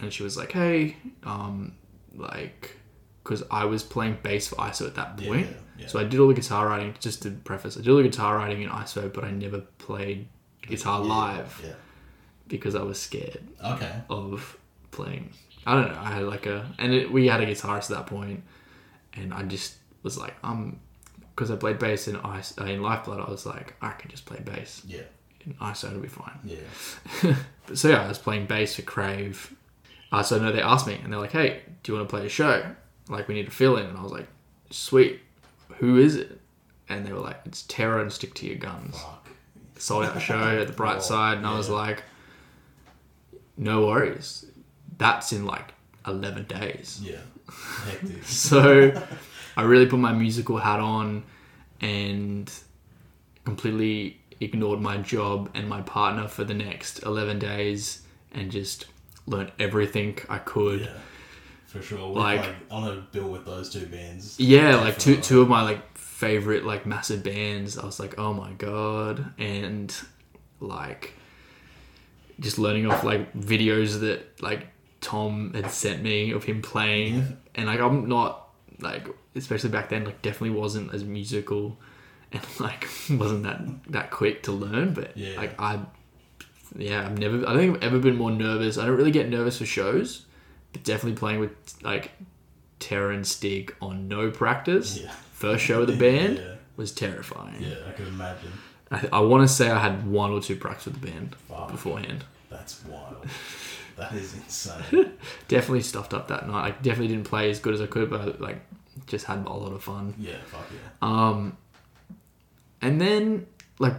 [SPEAKER 2] and she was like, "Hey, um, like." Because I was playing bass for ISO at that
[SPEAKER 1] Yeah,
[SPEAKER 2] point,
[SPEAKER 1] yeah.
[SPEAKER 2] so I did all the guitar writing. Just to preface, I did all the guitar writing in ISO, but I never played guitar
[SPEAKER 1] Yeah,
[SPEAKER 2] live
[SPEAKER 1] Yeah.
[SPEAKER 2] because I was scared
[SPEAKER 1] Okay.
[SPEAKER 2] of playing. I don't know. I had like a and it, we had a guitarist at that point, and I just was like, um, because I played bass in Ice uh, in Lifeblood, I was like, I can just play bass
[SPEAKER 1] Yeah.
[SPEAKER 2] in ISO, it'll be fine.
[SPEAKER 1] Yeah.
[SPEAKER 2] But so yeah, I was playing bass for Crave. Uh, so no, they asked me and they're like, hey, do you want to play a show? Like we need a fill in, and I was like, sweet. Who is it? And they were like, it's Terror and Stick to Your Guns
[SPEAKER 1] Fuck.
[SPEAKER 2] sold out show at the bright
[SPEAKER 1] Wow.
[SPEAKER 2] side and i was
[SPEAKER 1] Yeah.
[SPEAKER 2] like no worries that's in like 11 days
[SPEAKER 1] Yeah. Hectic.
[SPEAKER 2] so i really put my musical hat on and completely ignored my job and my partner for the next 11 days and just learned everything i could
[SPEAKER 1] Yeah. For sure. We're
[SPEAKER 2] Like-
[SPEAKER 1] like, on a bill with those two bands.
[SPEAKER 2] Yeah, like two
[SPEAKER 1] Definitely.
[SPEAKER 2] two of my like favorite like massive bands. I was like, oh my god, and like just learning off like videos that like Tom had sent me of him playing, and like I'm not like especially back then like definitely wasn't as musical and like wasn't that that quick to learn, but
[SPEAKER 1] Yeah.
[SPEAKER 2] like I yeah I've never I don't think I've ever been more nervous. I don't really get nervous for shows, but definitely playing with like Terror and Stig on no practice.
[SPEAKER 1] Yeah.
[SPEAKER 2] First show of the band
[SPEAKER 1] Yeah.
[SPEAKER 2] was terrifying.
[SPEAKER 1] Yeah, I could imagine.
[SPEAKER 2] I, I want to say I had one or two practice with the band
[SPEAKER 1] Fuck.
[SPEAKER 2] beforehand.
[SPEAKER 1] That's wild. That is insane.
[SPEAKER 2] Definitely stuffed up that night. I definitely didn't play as good as I could, but like just had a lot of fun.
[SPEAKER 1] Yeah, fuck yeah.
[SPEAKER 2] Um, and then like,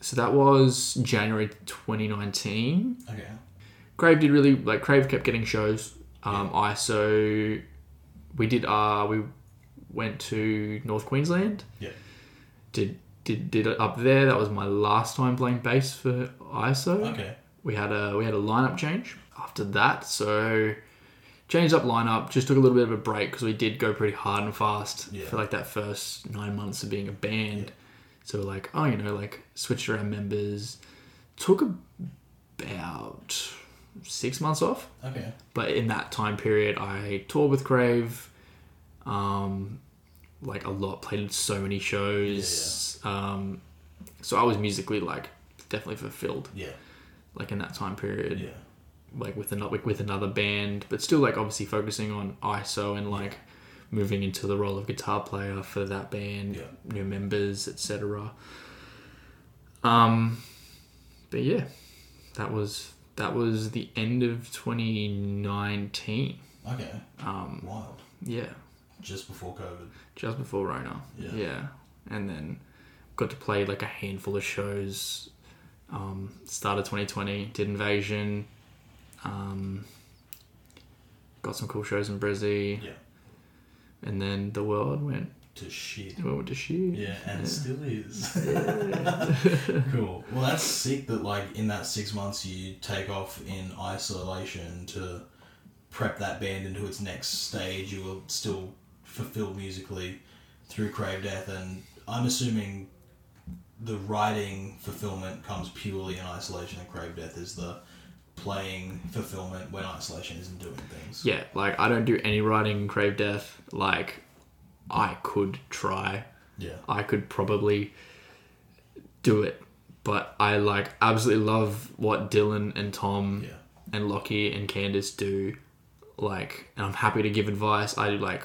[SPEAKER 2] so that was January 2019.
[SPEAKER 1] Okay.
[SPEAKER 2] Crave did really like Crave kept getting shows. Um, ISO, we did. Uh, we went to North Queensland.
[SPEAKER 1] Yeah.
[SPEAKER 2] Did did did it up there. That was my last time playing bass for ISO.
[SPEAKER 1] Okay.
[SPEAKER 2] We had a we had a lineup change after that. So changed up lineup. Just took a little bit of a break because we did go pretty hard and fast
[SPEAKER 1] Yeah.
[SPEAKER 2] for like that first nine months of being a band. So like, oh, you know, like switched around members. Took about six months off,
[SPEAKER 1] Okay.
[SPEAKER 2] but in that time period, I toured with Crave, um, like a lot. Played so many shows. Um, so I was musically like definitely fulfilled
[SPEAKER 1] Yeah.
[SPEAKER 2] like in that time period
[SPEAKER 1] Yeah.
[SPEAKER 2] like with another like with another band, but still like obviously focusing on ISO and like moving into the role of guitar player for that band,
[SPEAKER 1] Yeah.
[SPEAKER 2] new members, etc. Um, but yeah, that was that was the end of 2019.
[SPEAKER 1] Okay.
[SPEAKER 2] Um,
[SPEAKER 1] Wild.
[SPEAKER 2] yeah,
[SPEAKER 1] Just before COVID.
[SPEAKER 2] just before Rona.
[SPEAKER 1] Yeah.
[SPEAKER 2] and then got to play like a handful of shows. Um, started 2020, did Invasion. Um, got some cool shows in Brizzy,
[SPEAKER 1] Yeah.
[SPEAKER 2] and then the world went
[SPEAKER 1] To shit.
[SPEAKER 2] it went to shit.
[SPEAKER 1] Yeah, and it still is. cool. Well, that's sick that, like, in that six months you take off in isolation to prep that band into its next stage. You were still fulfilled musically through Crave Death, and I'm assuming the writing fulfillment comes purely in isolation, and Crave Death is the playing fulfillment when isolation isn't doing things.
[SPEAKER 2] Yeah, like I don't do any writing in Crave Death. Like I could try.
[SPEAKER 1] Yeah.
[SPEAKER 2] I could probably do it. But I like absolutely love what Dylan and Tom
[SPEAKER 1] Yeah.
[SPEAKER 2] and Lockie and Candace do. Like, and I'm happy to give advice. I do like,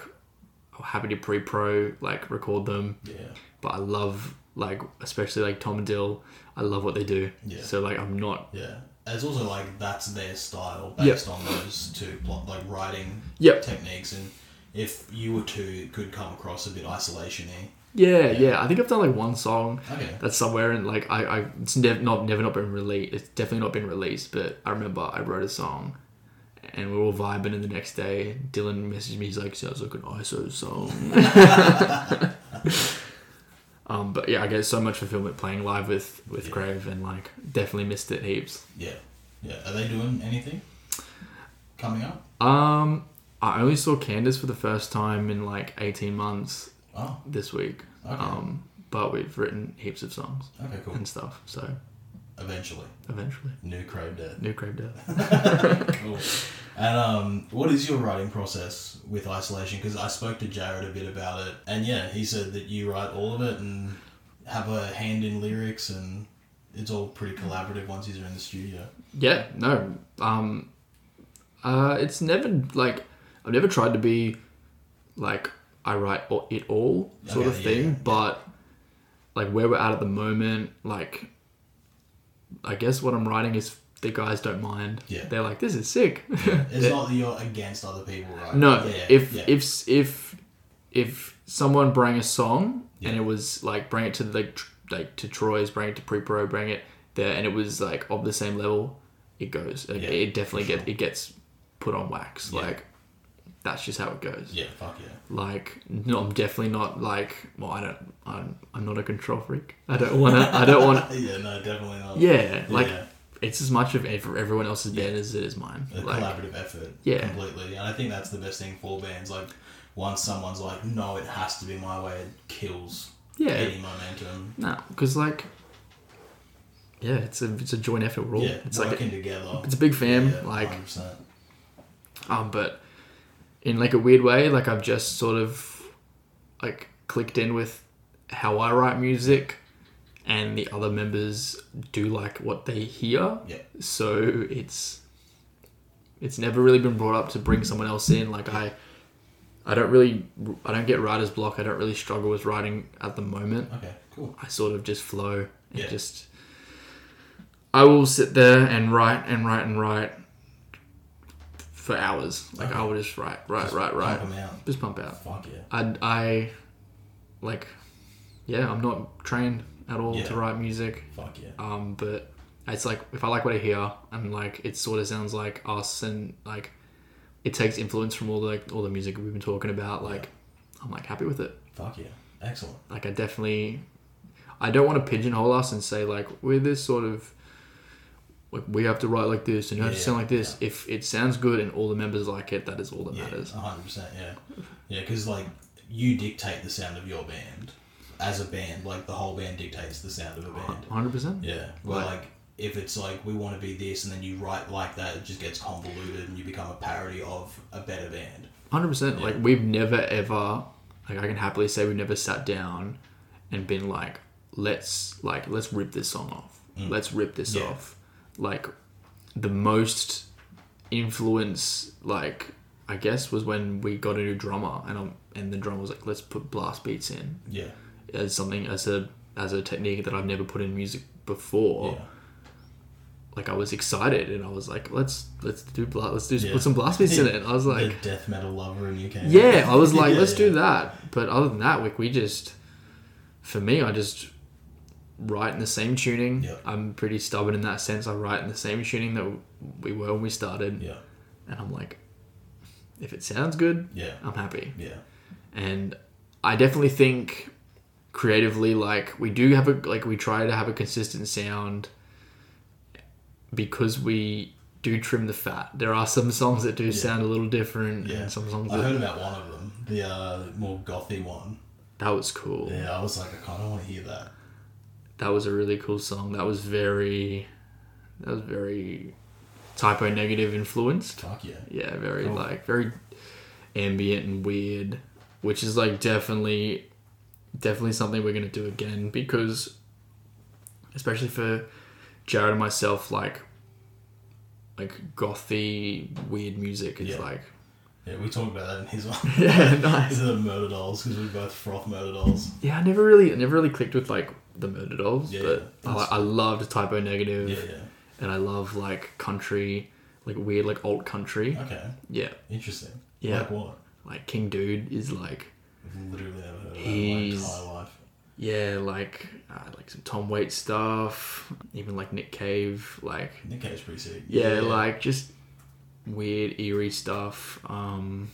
[SPEAKER 2] I'm happy to pre-pro like record them.
[SPEAKER 1] Yeah.
[SPEAKER 2] But I love like, especially like Tom and Dill. I love what they do.
[SPEAKER 1] Yeah.
[SPEAKER 2] So like, I'm not.
[SPEAKER 1] Yeah. And It's also like that's their style
[SPEAKER 2] Yep.
[SPEAKER 1] based on those two plot like writing
[SPEAKER 2] Yep.
[SPEAKER 1] techniques and if you were to it could come across a bit isolation y.
[SPEAKER 2] Yeah, yeah. I think I've done like one song.
[SPEAKER 1] Okay.
[SPEAKER 2] That's somewhere and like I, I it's never not never not been released. It's definitely not been released. But I remember I wrote a song, and we were all vibing. And the next day, Dylan messaged me. He's like, "Sounds like an ISO song." um, but yeah, I get so much fulfillment playing live with with
[SPEAKER 1] Yeah.
[SPEAKER 2] Crave, and like definitely missed it heaps.
[SPEAKER 1] Yeah. Yeah. Are they doing anything coming up?
[SPEAKER 2] Um, I only saw Candace for the first time in like eighteen months
[SPEAKER 1] Oh,
[SPEAKER 2] this week.
[SPEAKER 1] okay.
[SPEAKER 2] Um, but we've written heaps of songs
[SPEAKER 1] okay, cool.
[SPEAKER 2] and stuff. So
[SPEAKER 1] Eventually.
[SPEAKER 2] eventually,
[SPEAKER 1] New Crave Dead.
[SPEAKER 2] new Crave Death.
[SPEAKER 1] cool. And um, what is your writing process with isolation? Because I spoke to Jared a bit about it, and yeah, he said that you write all of it and have a hand in lyrics, and it's all pretty collaborative once he's in the studio.
[SPEAKER 2] Yeah, no. Um uh it's never like I've never tried to be like I write o- it all sort
[SPEAKER 1] Okay,
[SPEAKER 2] of
[SPEAKER 1] yeah,
[SPEAKER 2] thing,
[SPEAKER 1] yeah.
[SPEAKER 2] but like where we're at at the moment, like I guess what I'm writing is the guys don't mind.
[SPEAKER 1] Yeah.
[SPEAKER 2] They're like this is sick.
[SPEAKER 1] It's not that you're against other people, right?
[SPEAKER 2] no,
[SPEAKER 1] Yeah,
[SPEAKER 2] if
[SPEAKER 1] yeah.
[SPEAKER 2] if if if someone bring a song and
[SPEAKER 1] Yeah.
[SPEAKER 2] it was like bring it to the like, tr- like to Troy's, bring it to Pre Pro, bring it there, and it was like of the same level, it goes. Like,
[SPEAKER 1] Yeah,
[SPEAKER 2] it definitely
[SPEAKER 1] for
[SPEAKER 2] get it gets put on wax.
[SPEAKER 1] Yeah.
[SPEAKER 2] Like that's just how it goes.
[SPEAKER 1] yeah, fuck yeah.
[SPEAKER 2] Like no, I'm definitely not like well, I don't. I'm I'm not a control freak. I don't wanna. I don't want.
[SPEAKER 1] Yeah, no, definitely not.
[SPEAKER 2] Yeah, like
[SPEAKER 1] Yeah.
[SPEAKER 2] it's as much of ev- everyone else's band as it is mine.
[SPEAKER 1] a
[SPEAKER 2] Like,
[SPEAKER 1] collaborative effort.
[SPEAKER 2] Yeah.
[SPEAKER 1] completely. And I think that's the best thing for bands. Like once someone's like, no, it has to be my way, it kills
[SPEAKER 2] yeah,
[SPEAKER 1] any momentum.
[SPEAKER 2] No, because like, yeah, it's a it's a joint effort. We're all
[SPEAKER 1] Yeah,
[SPEAKER 2] it's like
[SPEAKER 1] working
[SPEAKER 2] a,
[SPEAKER 1] together.
[SPEAKER 2] it's a big fam.
[SPEAKER 1] Yeah,
[SPEAKER 2] like,
[SPEAKER 1] 100%.
[SPEAKER 2] um, but in like a weird way, like I've just sort of like clicked in with how I write music, and the other members do like what they hear.
[SPEAKER 1] Yeah.
[SPEAKER 2] So it's it's never really been brought up to bring someone else in. Like I. I don't really, I don't get writer's block. I don't really struggle with writing at the moment.
[SPEAKER 1] Okay, cool.
[SPEAKER 2] I sort of just flow and
[SPEAKER 1] Yeah.
[SPEAKER 2] just I will sit there and write and write and write for hours. Like I will just write,
[SPEAKER 1] Uh-huh.
[SPEAKER 2] write,
[SPEAKER 1] Just
[SPEAKER 2] write, write.
[SPEAKER 1] Pump 'em out.
[SPEAKER 2] Just pump out.
[SPEAKER 1] Fuck yeah.
[SPEAKER 2] I I like yeah, I'm not trained at all
[SPEAKER 1] Yeah.
[SPEAKER 2] to write music.
[SPEAKER 1] Fuck yeah.
[SPEAKER 2] Um but it's like if I like what I hear and like it sort of sounds like us and like it takes influence from all the like all the music we've been talking about, like I'm like happy with it
[SPEAKER 1] Fuck yeah. Excellent.
[SPEAKER 2] like I definitely I don't want to pigeonhole us and say like we're this sort of like we have to write like this and you have
[SPEAKER 1] Yeah,
[SPEAKER 2] to sound like this. If it sounds good and all the members like it, that is all that
[SPEAKER 1] Yeah,
[SPEAKER 2] matters.
[SPEAKER 1] 100%. Yeah. Yeah, because like you dictate the sound of your band. as a band, like the whole band dictates the sound of a band.
[SPEAKER 2] Hundred percent.
[SPEAKER 1] Yeah. Well, like if it's like we want to be this, and then you write like that, it just gets convoluted, and you become a parody of a better band.
[SPEAKER 2] Hundred percent. Like we've never ever, like I can happily say, we've never sat down and been like, let's like let's rip this song off. Let's rip this
[SPEAKER 1] Mm. Yeah.
[SPEAKER 2] off. Like the most influence, like I guess, was when we got a new drummer, and um, and the drummer was like, let's put blast beats in
[SPEAKER 1] Yeah.
[SPEAKER 2] as something as a as a technique that I've never put in music before.
[SPEAKER 1] Yeah.
[SPEAKER 2] Like I was excited, and I was like, let's let's do bla- let's do
[SPEAKER 1] Yeah.
[SPEAKER 2] put some blast beats in it. And I was like,
[SPEAKER 1] the death metal lover in UK.
[SPEAKER 2] yeah, I was like,
[SPEAKER 1] Yeah,
[SPEAKER 2] let's
[SPEAKER 1] yeah.
[SPEAKER 2] do that. But other than that, like we just, for me, I just write in the same tuning.
[SPEAKER 1] Yep.
[SPEAKER 2] I'm pretty stubborn in that sense. I write in the same tuning that we were when we started,
[SPEAKER 1] Yeah.
[SPEAKER 2] and I'm like, if it sounds good,
[SPEAKER 1] Yeah.
[SPEAKER 2] I'm happy.
[SPEAKER 1] Yeah.
[SPEAKER 2] And I definitely think creatively, like we do have a like we try to have a consistent sound because we do trim the fat. There are some songs that do sound a little different,
[SPEAKER 1] Yeah.
[SPEAKER 2] and some songs
[SPEAKER 1] I
[SPEAKER 2] that
[SPEAKER 1] heard about one of them, the uh, more gothy one.
[SPEAKER 2] that was cool.
[SPEAKER 1] Yeah, I was like, I kind of want to hear that.
[SPEAKER 2] that was a really cool song. That was very, that was very typo negative influenced.
[SPEAKER 1] Fuck yeah.
[SPEAKER 2] Yeah, very like very ambient and weird, which is like definitely, definitely something we're gonna do again because, especially for Jared and myself, like, like gothy weird music is
[SPEAKER 1] Yeah.
[SPEAKER 2] like
[SPEAKER 1] Yeah, we talked about that in his one.
[SPEAKER 2] yeah nice.
[SPEAKER 1] These are the murder dolls because we both froth murder dolls.
[SPEAKER 2] Yeah, I never really, I never really clicked with like the Murder Dolls,
[SPEAKER 1] Yeah,
[SPEAKER 2] but
[SPEAKER 1] yeah.
[SPEAKER 2] I, I loved typo negative.
[SPEAKER 1] Yeah, yeah.
[SPEAKER 2] and I love like country, like weird like alt country.
[SPEAKER 1] Okay,
[SPEAKER 2] Yeah,
[SPEAKER 1] interesting.
[SPEAKER 2] Yeah.
[SPEAKER 1] Like what?
[SPEAKER 2] like King Dude is like
[SPEAKER 1] I've literally never heard of that in
[SPEAKER 2] He's-
[SPEAKER 1] my entire life.
[SPEAKER 2] yeah, like uh, like some Tom Waits stuff, even like Nick Cave, like
[SPEAKER 1] Nick Cage's pretty sick.
[SPEAKER 2] yeah, like just weird eerie stuff. Um,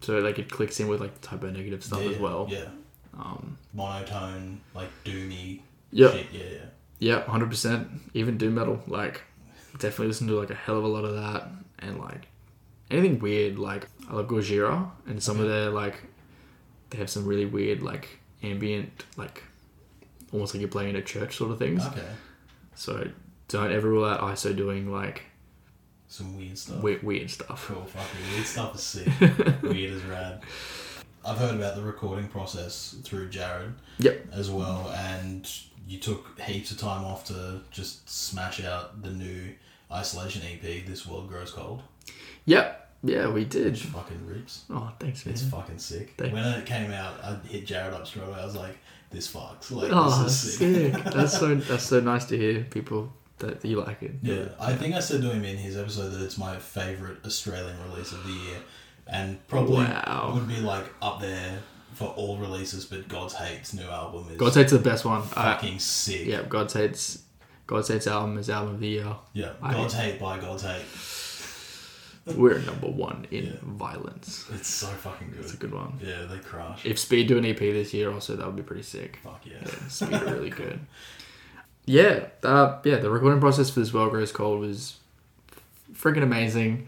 [SPEAKER 2] so like it clicks in with like the typo negative stuff
[SPEAKER 1] Yeah,
[SPEAKER 2] as well.
[SPEAKER 1] Yeah.
[SPEAKER 2] Um,
[SPEAKER 1] Monotone, like doomy.
[SPEAKER 2] yeah,
[SPEAKER 1] Shit. Yeah, yeah.
[SPEAKER 2] yeah, hundred percent. Even doom metal, like definitely listen to like a hell of a lot of that, and like anything weird. Like I love Gojira, and
[SPEAKER 1] Mm-hmm.
[SPEAKER 2] some of their like they have some really weird like ambient, like almost like you're playing in a church sort of things.
[SPEAKER 1] Okay.
[SPEAKER 2] So don't ever rule out ISO doing like
[SPEAKER 1] Some weird stuff.
[SPEAKER 2] weird, weird stuff.
[SPEAKER 1] Cool, fucking weird stuff is sick. weird is rad. I've heard about the recording process through Jared
[SPEAKER 2] Yep.
[SPEAKER 1] as well, and you took heaps of time off to just smash out the new Isolation EP, This World Grows Cold.
[SPEAKER 2] Yep. Yeah, we did.
[SPEAKER 1] Which fucking rips.
[SPEAKER 2] Oh, thanks, man.
[SPEAKER 1] It's fucking sick.
[SPEAKER 2] Thanks.
[SPEAKER 1] When it came out, I hit Jared up straight away. I was like, this fucks. Like,
[SPEAKER 2] Oh,
[SPEAKER 1] this is sick.
[SPEAKER 2] sick. that's so that's so nice to hear people that you like it.
[SPEAKER 1] Yeah, I think I said to him in his episode that it's my favourite Australian release of the year, and probably
[SPEAKER 2] Wow.
[SPEAKER 1] would be like up there for all releases. But God's Hate's new album is
[SPEAKER 2] God's Hate's the best one. I-
[SPEAKER 1] fucking sick.
[SPEAKER 2] Yeah, God's Hate's God's Hate's album is album of the year.
[SPEAKER 1] yeah.
[SPEAKER 2] I-
[SPEAKER 1] God's Hate by God's Hate.
[SPEAKER 2] We're number one in
[SPEAKER 1] Yeah.
[SPEAKER 2] violence.
[SPEAKER 1] It's so fucking
[SPEAKER 2] It's a
[SPEAKER 1] good.
[SPEAKER 2] good one.
[SPEAKER 1] Yeah, they crush.
[SPEAKER 2] If Speed do an EP this year, also that would be pretty sick.
[SPEAKER 1] Fuck yeah.
[SPEAKER 2] Yeah, Speed are really good. Yeah, uh, yeah. The recording process for this Well Grows Cold was freaking amazing.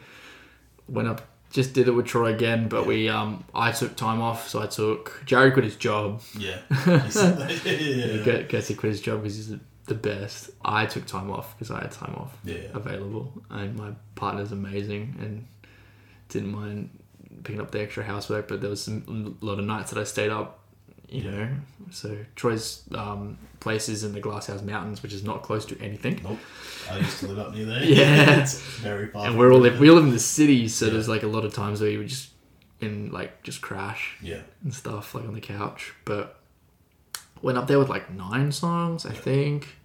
[SPEAKER 2] Went up, just did it with Troy again, but we um I took time off, so I took Jared quit his job.
[SPEAKER 1] Yeah. yeah. yeah.
[SPEAKER 2] Gu- Guess he quit his job because he's the best. I took time off because I had time off.
[SPEAKER 1] Yeah.
[SPEAKER 2] available and my partner's amazing and didn't mind picking up the extra housework but there was some, a lot of nights that I stayed up you know so Troy's um, place is in the Glasshouse Mountains which is not close to anything
[SPEAKER 1] Nope. I used to live up near there.
[SPEAKER 2] Yeah.
[SPEAKER 1] it's very far.
[SPEAKER 2] and
[SPEAKER 1] from
[SPEAKER 2] we're all
[SPEAKER 1] here.
[SPEAKER 2] we all live in the city so
[SPEAKER 1] Yeah.
[SPEAKER 2] there's like a lot of times where you would just in like just crash
[SPEAKER 1] Yeah.
[SPEAKER 2] and stuff like on the couch but went up there with like nine songs i think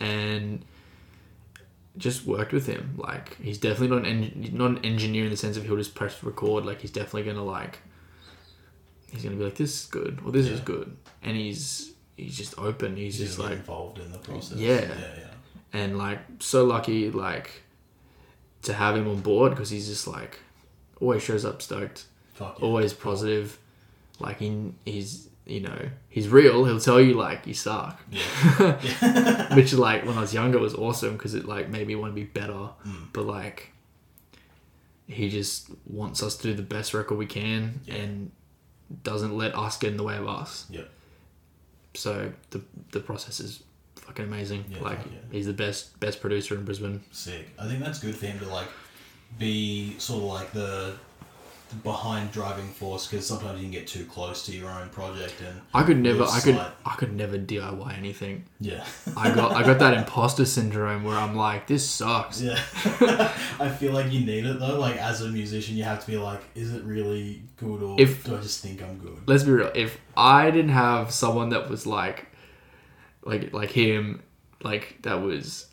[SPEAKER 2] and just worked with him like he's definitely not an, en- not an engineer in the sense of he'll just press record like he's definitely gonna like he's gonna be like this is good or this is
[SPEAKER 1] Yeah.
[SPEAKER 2] good and he's he's just open he's
[SPEAKER 1] He's
[SPEAKER 2] just like
[SPEAKER 1] involved in the process.
[SPEAKER 2] Yeah.
[SPEAKER 1] Yeah. Yeah.
[SPEAKER 2] and like so lucky like to have him on board because he's just like always shows up stoked
[SPEAKER 1] Fuck yeah.
[SPEAKER 2] always positive. Like he, he's you know he's real. He'll tell you like you suck,
[SPEAKER 1] Yeah. yeah.
[SPEAKER 2] which like when I was younger was awesome because it like made me want to be better.
[SPEAKER 1] Mm.
[SPEAKER 2] But like he just wants us to do the best record we can,
[SPEAKER 1] Yeah.
[SPEAKER 2] and doesn't let us get in the way of us.
[SPEAKER 1] Yep.
[SPEAKER 2] So the the process is fucking amazing.
[SPEAKER 1] Yeah,
[SPEAKER 2] like
[SPEAKER 1] yeah.
[SPEAKER 2] he's the best best producer in Brisbane.
[SPEAKER 1] Sick. I think that's good for him to like be sort of like the, the behind driving force because sometimes you can get too close to your own project and
[SPEAKER 2] I could never
[SPEAKER 1] you'll
[SPEAKER 2] I could
[SPEAKER 1] slide.
[SPEAKER 2] I could never DIY anything.
[SPEAKER 1] yeah
[SPEAKER 2] I got I got that imposter syndrome where I'm like, this sucks.
[SPEAKER 1] yeah. I feel like you need it though. Like as a musician, you have to be like, is it really good or
[SPEAKER 2] If-
[SPEAKER 1] do I just think I'm good?
[SPEAKER 2] Let's be real. If I didn't have someone that was like, like like him, like that was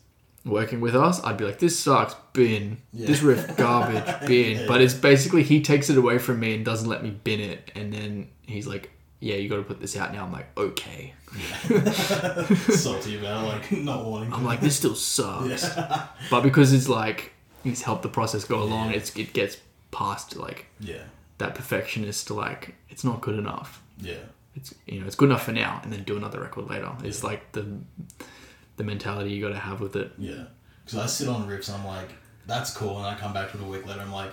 [SPEAKER 2] working with us, I'd be like, this sucks, bin. This
[SPEAKER 1] Yeah.
[SPEAKER 2] riff garbage, bin.
[SPEAKER 1] Yeah,
[SPEAKER 2] But it's basically he takes it away from me and doesn't let me bin it, and then he's like, yeah, you got to put this out now. I'm like, okay.
[SPEAKER 1] Salty about like not wanting.
[SPEAKER 2] I'm like, this still sucks.
[SPEAKER 1] yeah.
[SPEAKER 2] But because it's like he's helped the process go along, it's it gets past like
[SPEAKER 1] yeah,
[SPEAKER 2] that perfectionist like it's not good enough.
[SPEAKER 1] yeah,
[SPEAKER 2] It's you know it's good enough for now, and then do another record later. It's like the the mentality you got to have with it.
[SPEAKER 1] yeah. Because I sit on riffs and I'm like, that's cool, and I come back to it a week later. I'm like,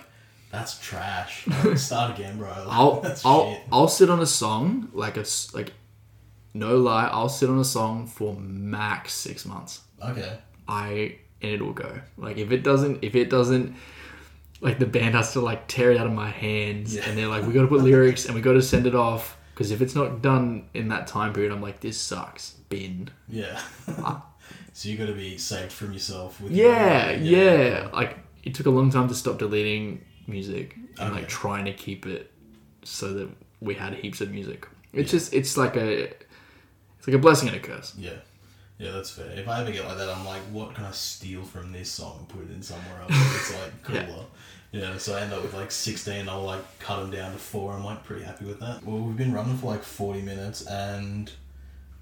[SPEAKER 1] that's trash. Like, Start again, bro. Like,
[SPEAKER 2] I'll
[SPEAKER 1] that's
[SPEAKER 2] I'll
[SPEAKER 1] shit.
[SPEAKER 2] I'll sit on a song like a s- like no lie, I'll sit on a song for max six months.
[SPEAKER 1] Okay.
[SPEAKER 2] I and it'll go. Like if it doesn't, if it doesn't, like the band has to like tear it out of my hands,
[SPEAKER 1] Yeah.
[SPEAKER 2] and they're like, we got to put lyrics and we got to send it off because if it's not done in that time period, I'm like, this sucks. Bin.
[SPEAKER 1] Yeah. so you got to be saved from yourself. With your-
[SPEAKER 2] Yeah, yeah, Like it took a long time to stop deleting music
[SPEAKER 1] Okay.
[SPEAKER 2] and like trying to keep it so that we had heaps of music. It's just it's like a it's like a blessing and a curse.
[SPEAKER 1] yeah, yeah. That's fair. If I ever get like that, I'm like, what can I steal from this song and put it in somewhere else? It's like
[SPEAKER 2] Yeah.
[SPEAKER 1] cooler. Yeah. so I end up with like 16. I'll like cut them down to four. I'm like pretty happy with that. Well, we've been running for like 40 minutes, and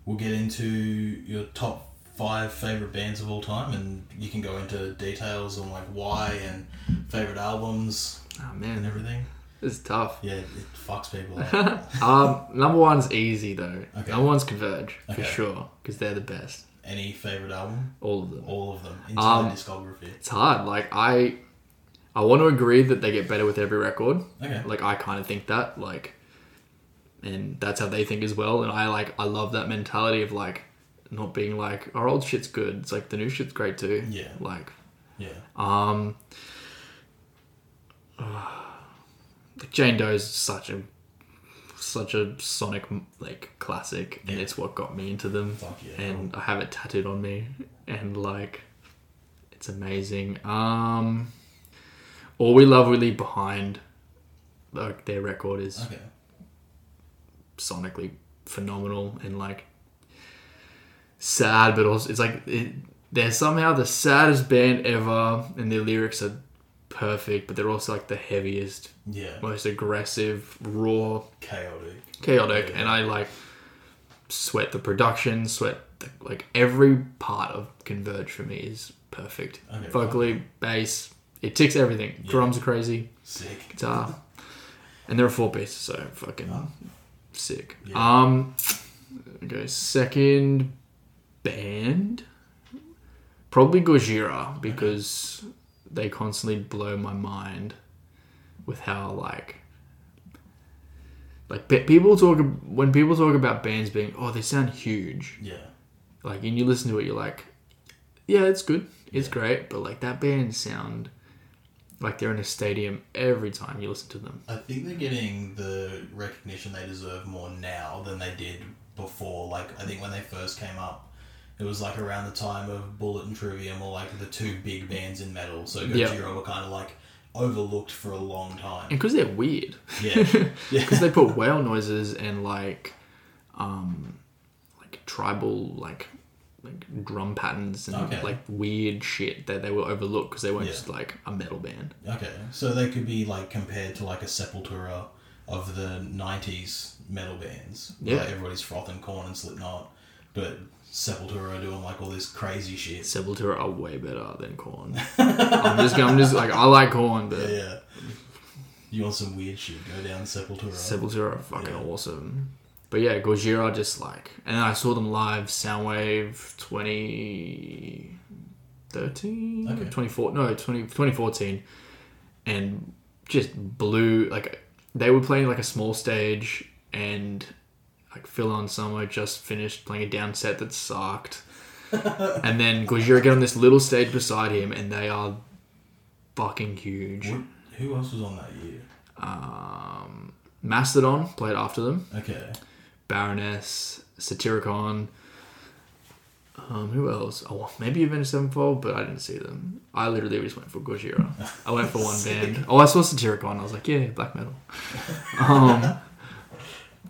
[SPEAKER 1] we'll get into your top five favorite bands of all time, and you can go into details on like why and favorite albums
[SPEAKER 2] Oh
[SPEAKER 1] and
[SPEAKER 2] man,
[SPEAKER 1] everything.
[SPEAKER 2] it's tough.
[SPEAKER 1] Yeah, it fucks people up.
[SPEAKER 2] Um, number one's easy though.
[SPEAKER 1] Okay.
[SPEAKER 2] Number one's Converge
[SPEAKER 1] Okay.
[SPEAKER 2] for sure because they're the best.
[SPEAKER 1] Any favorite album?
[SPEAKER 2] All of them.
[SPEAKER 1] All of them. Entire
[SPEAKER 2] Um,
[SPEAKER 1] discography.
[SPEAKER 2] It's hard. Like I, I want to agree that they get better with every record.
[SPEAKER 1] Okay.
[SPEAKER 2] Like I kind of think that. Like, and that's how they think as well. And I like I love that mentality of like not being like our old shit's good. It's like the new shit's great too.
[SPEAKER 1] Yeah.
[SPEAKER 2] Like
[SPEAKER 1] Yeah.
[SPEAKER 2] um. like Jane Doe is such a such a sonic like classic, and
[SPEAKER 1] Yeah.
[SPEAKER 2] it's what got me into them.
[SPEAKER 1] Fuck yeah.
[SPEAKER 2] And I have it tattooed on me, and like, it's amazing. Um, all we love, we leave behind. Like their record is
[SPEAKER 1] Okay.
[SPEAKER 2] sonically phenomenal and like sad, but also it's like it, they're somehow the saddest band ever, and their lyrics are perfect, but they're also like the heaviest,
[SPEAKER 1] Yeah.
[SPEAKER 2] most aggressive, raw,
[SPEAKER 1] Chaotic.
[SPEAKER 2] chaotic,
[SPEAKER 1] Yeah.
[SPEAKER 2] and I like sweat the production, sweat the, like every part of Converge for me is perfect.
[SPEAKER 1] Okay,
[SPEAKER 2] Vocally, bass, it ticks everything. Drums are crazy,
[SPEAKER 1] Sick.
[SPEAKER 2] guitar, and there are four pieces, so fucking sick.
[SPEAKER 1] Yeah.
[SPEAKER 2] Um, okay, second band, probably Gojira because they constantly blow my mind with how like. Like pe- people talk when people talk about bands being oh they sound huge
[SPEAKER 1] Yeah.
[SPEAKER 2] like and you listen to it you're like yeah it's good it's great but like that band sound like they're in a stadium every time you listen to them
[SPEAKER 1] I think they're getting the recognition they deserve more now than they did before. Like, I think when they first came up, it was like around the time of Bullet and Trivium were like the two big bands in metal. So Gojira
[SPEAKER 2] Yeah.
[SPEAKER 1] were kind of like overlooked for a long time.
[SPEAKER 2] and because they're weird
[SPEAKER 1] Yeah. Yeah.
[SPEAKER 2] because they put whale noises and like um like tribal like like drum patterns and
[SPEAKER 1] Okay.
[SPEAKER 2] like weird shit that they were overlooked because they weren't
[SPEAKER 1] Yeah.
[SPEAKER 2] just like a metal band
[SPEAKER 1] Okay. So they could be like compared to like a Sepultura of the '90s metal bands. where
[SPEAKER 2] Yeah.
[SPEAKER 1] everybody's frothing corn and Slipknot, but Sepultura are doing like all this crazy shit.
[SPEAKER 2] Sepultura are way better than Korn. I'm just, I'm just like, I like Korn, but
[SPEAKER 1] Yeah. You want some weird shit? Go down Sepultura.
[SPEAKER 2] Sepultura are fucking
[SPEAKER 1] Yeah.
[SPEAKER 2] awesome. But yeah, Gojira just like, and I saw them live Soundwave 2013,
[SPEAKER 1] Okay.
[SPEAKER 2] 24, no, 20, 2014, and just blew like they were playing like a small stage and like Phil Anselmo just finished playing a down set that sucked. and then Gojira get on this little stage beside him, and they are fucking huge.
[SPEAKER 1] What, who else was on that year?
[SPEAKER 2] Um, Mastodon played after them.
[SPEAKER 1] Okay.
[SPEAKER 2] Baroness, Satyricon. Um, who else? Oh, maybe Avenged Sevenfold, but I didn't see them. I literally just went for Gojira. I went for one band. Oh, I saw Satyricon. I was like, yeah, black metal. Um,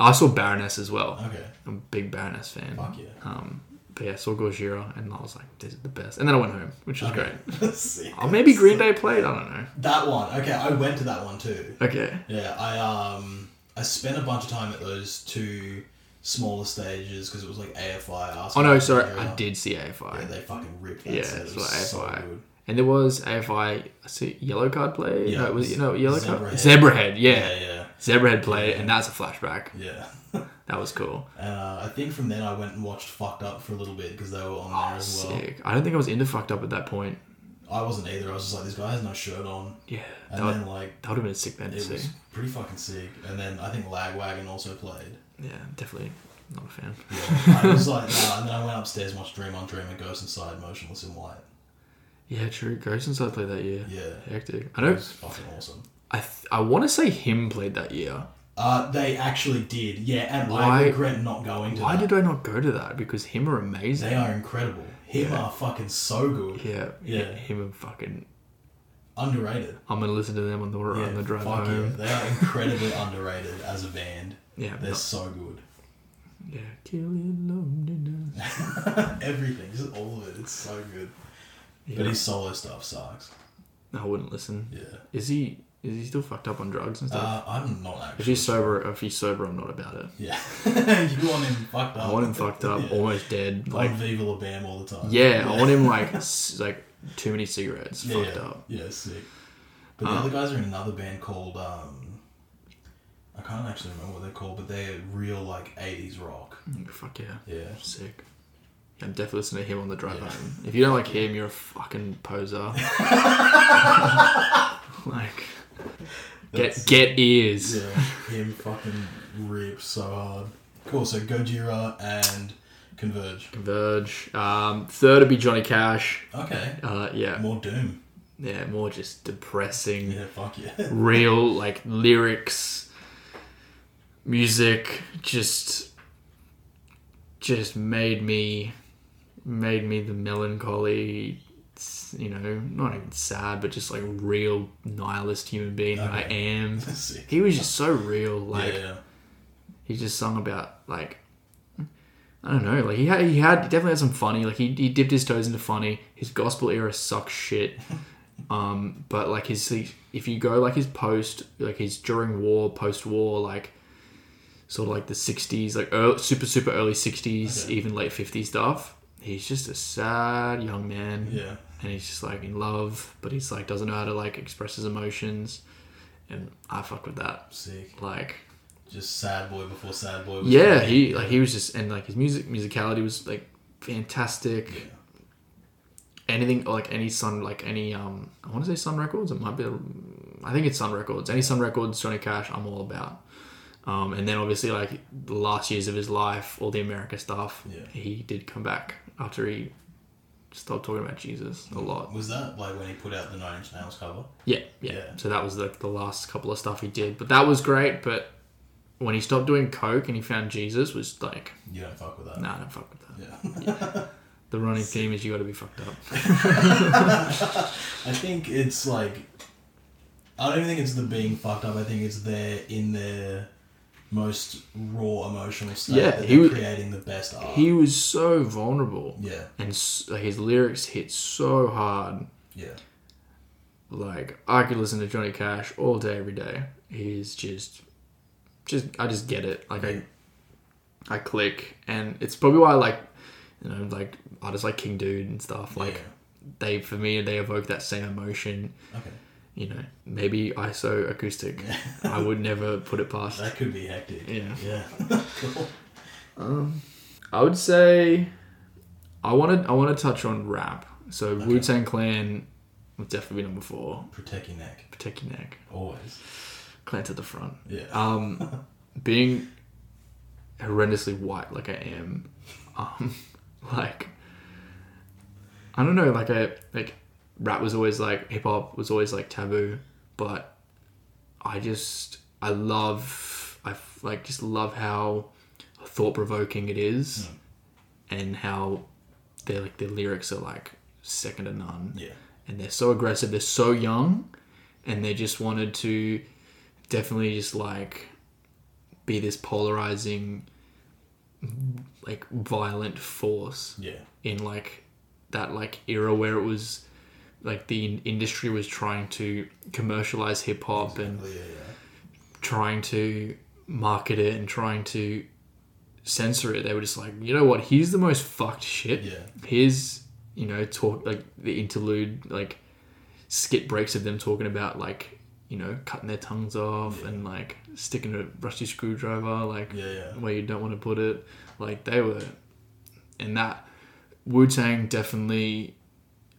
[SPEAKER 2] I saw Baroness as well.
[SPEAKER 1] Okay.
[SPEAKER 2] I'm a big Baroness fan.
[SPEAKER 1] Fuck yeah.
[SPEAKER 2] Um, but yeah, I saw Gojira, and I was like, this is the best. And then I went home, which was great.
[SPEAKER 1] Sick.
[SPEAKER 2] Oh, maybe Green Day played. I don't know.
[SPEAKER 1] That one. Okay, I went to that one too.
[SPEAKER 2] Okay.
[SPEAKER 1] Yeah, I um I spent a bunch of time at those two smaller stages because it was like AFI. Ask
[SPEAKER 2] Oh no,
[SPEAKER 1] Me
[SPEAKER 2] sorry,
[SPEAKER 1] Another.
[SPEAKER 2] I did see
[SPEAKER 1] Yeah,
[SPEAKER 2] AFI.
[SPEAKER 1] they fucking ripped that
[SPEAKER 2] Yeah,
[SPEAKER 1] set. It
[SPEAKER 2] so
[SPEAKER 1] was so
[SPEAKER 2] AFI.
[SPEAKER 1] good.
[SPEAKER 2] And there was AFI. I see yellow card play.
[SPEAKER 1] Yeah,
[SPEAKER 2] no, it was you know yellow card.
[SPEAKER 1] Zebrahead.
[SPEAKER 2] Zebrahead.
[SPEAKER 1] Yeah,
[SPEAKER 2] Yeah.
[SPEAKER 1] yeah,
[SPEAKER 2] Zebrahead play, and that's a flashback.
[SPEAKER 1] yeah.
[SPEAKER 2] That was cool.
[SPEAKER 1] Uh, I think from then I went and watched Fucked Up for a little bit because they were on there as well.
[SPEAKER 2] Oh, Sick. I don't think I was into fucked up at that point.
[SPEAKER 1] I wasn't either. I was just like, this guy has no shirt on,
[SPEAKER 2] Yeah, that
[SPEAKER 1] and
[SPEAKER 2] would,
[SPEAKER 1] then like
[SPEAKER 2] that would have been a Oh, sick band to
[SPEAKER 1] it
[SPEAKER 2] see.
[SPEAKER 1] was pretty fucking sick. And then I think Lagwagon also played.
[SPEAKER 2] Yeah, definitely not a fan.
[SPEAKER 1] Yeah, I was like, nah. and then I went upstairs and watched Dream on Dream and Ghost Inside, Motionless in White.
[SPEAKER 2] Yeah, true. Ghost Inside played that year.
[SPEAKER 1] Yeah,
[SPEAKER 2] Hectic. I
[SPEAKER 1] it
[SPEAKER 2] don't.
[SPEAKER 1] was fucking awesome.
[SPEAKER 2] I th- I want to say him played that year.
[SPEAKER 1] Uh, they actually did, yeah, and
[SPEAKER 2] Why-
[SPEAKER 1] I regret not going to
[SPEAKER 2] Why
[SPEAKER 1] that.
[SPEAKER 2] did I not go to that? Because him are amazing.
[SPEAKER 1] they are incredible. Him
[SPEAKER 2] Yeah.
[SPEAKER 1] are fucking so good.
[SPEAKER 2] yeah,
[SPEAKER 1] Yeah.
[SPEAKER 2] Him are fucking.
[SPEAKER 1] Underrated.
[SPEAKER 2] I'm gonna listen to them on the on the drive
[SPEAKER 1] fuck
[SPEAKER 2] home.
[SPEAKER 1] yeah. They are incredibly underrated as a band.
[SPEAKER 2] Yeah,
[SPEAKER 1] They're
[SPEAKER 2] not-
[SPEAKER 1] so good.
[SPEAKER 2] yeah. Killing loneliness.
[SPEAKER 1] Everything, just all of it. It's so good. But
[SPEAKER 2] Yeah.
[SPEAKER 1] his solo stuff sucks.
[SPEAKER 2] I wouldn't listen.
[SPEAKER 1] Yeah.
[SPEAKER 2] Is he? Is he still fucked up on drugs and stuff?
[SPEAKER 1] Uh, I'm not
[SPEAKER 2] if
[SPEAKER 1] actually.
[SPEAKER 2] he's sober, if he's sober, I'm not about it.
[SPEAKER 1] Yeah. you want him fucked up.
[SPEAKER 2] I want him fucked up, almost dead.
[SPEAKER 1] Like
[SPEAKER 2] Like,
[SPEAKER 1] Viva La Bam all the time.
[SPEAKER 2] yeah, I want him like s- like too many cigarettes,
[SPEAKER 1] Yeah,
[SPEAKER 2] fucked
[SPEAKER 1] yeah.
[SPEAKER 2] up. Uh-huh.
[SPEAKER 1] Yeah, sick. But the other guys are in another band called um, I can't actually remember what they're called, but they're real like '80s rock.
[SPEAKER 2] Mm, Fuck yeah,
[SPEAKER 1] Yeah.
[SPEAKER 2] sick. Yeah, I'm definitely listening to him on the drive home. If you don't like him, you're a fucking poser. like, get
[SPEAKER 1] That's-
[SPEAKER 2] get ears.
[SPEAKER 1] Yeah, him fucking rips so hard. Cool. So Gojira and Converge.
[SPEAKER 2] Converge. Um, third would be Johnny Cash.
[SPEAKER 1] Okay.
[SPEAKER 2] Uh, yeah,
[SPEAKER 1] More Doom.
[SPEAKER 2] yeah, more just depressing.
[SPEAKER 1] Yeah. Fuck yeah.
[SPEAKER 2] real like lyrics music just just made me made me the melancholy you know not even sad but just like real nihilist human being that i
[SPEAKER 1] Okay.
[SPEAKER 2] am
[SPEAKER 1] sick.
[SPEAKER 2] he was just so real like
[SPEAKER 1] yeah.
[SPEAKER 2] he just sung about like I don't know, like he had he had he definitely had some funny. Like he, he dipped his toes into funny. His gospel era sucks shit. Um, but like his he- if you go like his post like his during war post war like sort of like the sixties like early, super super early sixties
[SPEAKER 1] Okay.
[SPEAKER 2] even late fifties stuff. He's just a sad young man
[SPEAKER 1] Yeah.
[SPEAKER 2] and he's just like in love, but he's like doesn't know how to like express his emotions. And I fuck with that.
[SPEAKER 1] Sick.
[SPEAKER 2] Like
[SPEAKER 1] Just sad boy before sad boy. was
[SPEAKER 2] yeah,
[SPEAKER 1] big.
[SPEAKER 2] he like he was just and like his music musicality was like fantastic.
[SPEAKER 1] Yeah.
[SPEAKER 2] Anything like any Sun like any um I want to say Sun Records it might be I think it's Sun Records any Sun Records Johnny Cash I'm all about. Um, and then obviously like the last years of his life all the America stuff
[SPEAKER 1] Yeah.
[SPEAKER 2] he did come back after he stopped talking about Jesus
[SPEAKER 1] Mm.
[SPEAKER 2] a lot.
[SPEAKER 1] Was that like when he put out the Nine Inch Nails cover?
[SPEAKER 2] Yeah, yeah.
[SPEAKER 1] Yeah.
[SPEAKER 2] So that was like the last couple of stuff he did, but that was great. But when he stopped doing coke and he found Jesus was like
[SPEAKER 1] You don't fuck with that.
[SPEAKER 2] nah, don't fuck with that.
[SPEAKER 1] Yeah.
[SPEAKER 2] The running theme is you got to be fucked up.
[SPEAKER 1] I think it's like I don't even think it's the being fucked up. I think it's they're in their most raw emotional state.
[SPEAKER 2] Yeah,
[SPEAKER 1] that
[SPEAKER 2] he
[SPEAKER 1] they're
[SPEAKER 2] was-
[SPEAKER 1] creating the best art.
[SPEAKER 2] He was so vulnerable,
[SPEAKER 1] yeah,
[SPEAKER 2] and s- like, his lyrics hit so hard.
[SPEAKER 1] yeah,
[SPEAKER 2] Like I could listen to Johnny Cash all day, every day. He's just, just I just get it. Like I, I click, and it's probably why I like, you know, like artists like King Dude and stuff. Like they, for me, they evoke that same emotion.
[SPEAKER 1] okay.
[SPEAKER 2] You know, maybe ISO acoustic. I would never put it past.
[SPEAKER 1] That could be hectic.
[SPEAKER 2] Yeah.
[SPEAKER 1] yeah. Cool.
[SPEAKER 2] I would say I wanted I want to touch on rap. So Wu Tang Clan would definitely be number four.
[SPEAKER 1] Protect your neck
[SPEAKER 2] Protect your neck.
[SPEAKER 1] always.
[SPEAKER 2] Clans at the front.
[SPEAKER 1] Yeah,
[SPEAKER 2] Um, being horrendously white like I am, um, like I don't know, like I like rap was always like hip hop was always like taboo, but I just I love I f- like just love how thought provoking it is, and how they like their lyrics are like second to none
[SPEAKER 1] Yeah.
[SPEAKER 2] and they're so aggressive. They're so young, and they just wanted to definitely just like be this polarizing, like violent force
[SPEAKER 1] Yeah.
[SPEAKER 2] in like that like era where it was like the in- industry was trying to commercialize hip hop and
[SPEAKER 1] Yeah, yeah.
[SPEAKER 2] trying to market it and trying to censor it. They were just like, you know what? Here's the most fucked shit.
[SPEAKER 1] Yeah.
[SPEAKER 2] Here's you know talk like the interlude like skit breaks of them talking about like you know cutting their tongues off and like sticking a rusty screwdriver like
[SPEAKER 1] Yeah, yeah.
[SPEAKER 2] where you don't want to put it. Like they were, and that Wu Tang definitely,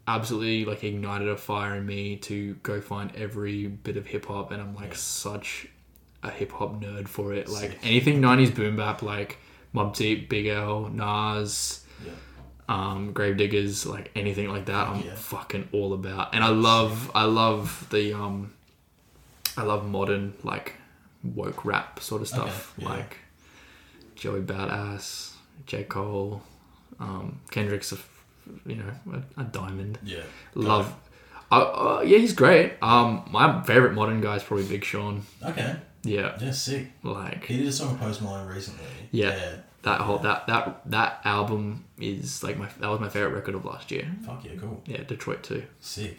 [SPEAKER 2] absolutely like ignited a fire in me to go find every bit of hip hop, and I'm like such a hip hop nerd for it. Like
[SPEAKER 1] Sick.
[SPEAKER 2] anything '90s boom bap, like Mob Deep, Big L, Nas.
[SPEAKER 1] Yeah.
[SPEAKER 2] Um, Gravediggers, like anything like that, I'm
[SPEAKER 1] Yeah.
[SPEAKER 2] fucking all about. And I love, I love the, um, I love modern like woke rap sort of stuff,
[SPEAKER 1] Okay, yeah.
[SPEAKER 2] like Joey Badass, J Cole, um, Kendrick's a f- you know a, a diamond.
[SPEAKER 1] Yeah.
[SPEAKER 2] Love, uh, uh, yeah, he's great. Um, my favorite modern guy is probably Big Sean.
[SPEAKER 1] Okay.
[SPEAKER 2] Yeah,
[SPEAKER 1] Yeah, sick.
[SPEAKER 2] like
[SPEAKER 1] He did a song with Post Malone recently.
[SPEAKER 2] Yeah. that whole that that that album is like my that was my favorite record of last year.
[SPEAKER 1] Fuck yeah, cool.
[SPEAKER 2] Yeah, Detroit too.
[SPEAKER 1] Sick.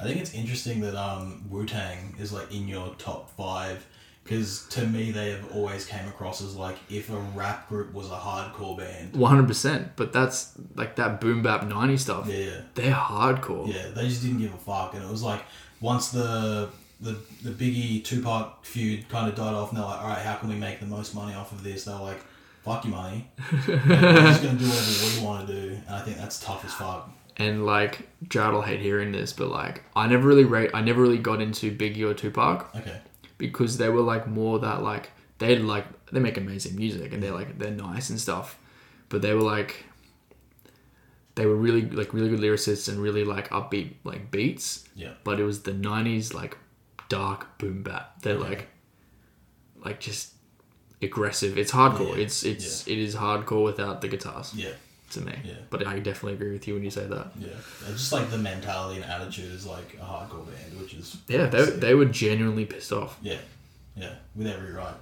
[SPEAKER 1] I think it's interesting that um, Wu Tang is like in your top five because to me they have always came across as like if a rap group was a hardcore band.
[SPEAKER 2] One hundred percent. But that's like that boom bap ninety stuff.
[SPEAKER 1] Yeah, yeah,
[SPEAKER 2] They're hardcore.
[SPEAKER 1] yeah. They just didn't give a fuck, and it was like once the the the Biggie Tupac feud kind of died off, and they're like, all right, how can we make the most money off of this? They're like, fuck your money. We're just gonna do whatever we want to do, and I think that's tough as fuck.
[SPEAKER 2] and like Jared will hate hearing this, but like I never really rate, I never really got into Biggie or Tupac
[SPEAKER 1] Okay.
[SPEAKER 2] because they were like more that like they like they make amazing music and they're like they're nice and stuff, but they were like they were really like really good lyricists and really like upbeat like beats,
[SPEAKER 1] Yeah.
[SPEAKER 2] but it was the '90s like dark boom bap. They're like like just aggressive. It's hardcore.
[SPEAKER 1] Yeah.
[SPEAKER 2] It's it's it is hardcore without the guitars
[SPEAKER 1] Yeah.
[SPEAKER 2] to me.
[SPEAKER 1] Yeah.
[SPEAKER 2] But I definitely agree with you when you say that.
[SPEAKER 1] Yeah, it's just like the mentality and attitude is like a hardcore band, which is
[SPEAKER 2] Yeah, they, they were genuinely pissed off.
[SPEAKER 1] yeah, yeah, with every right.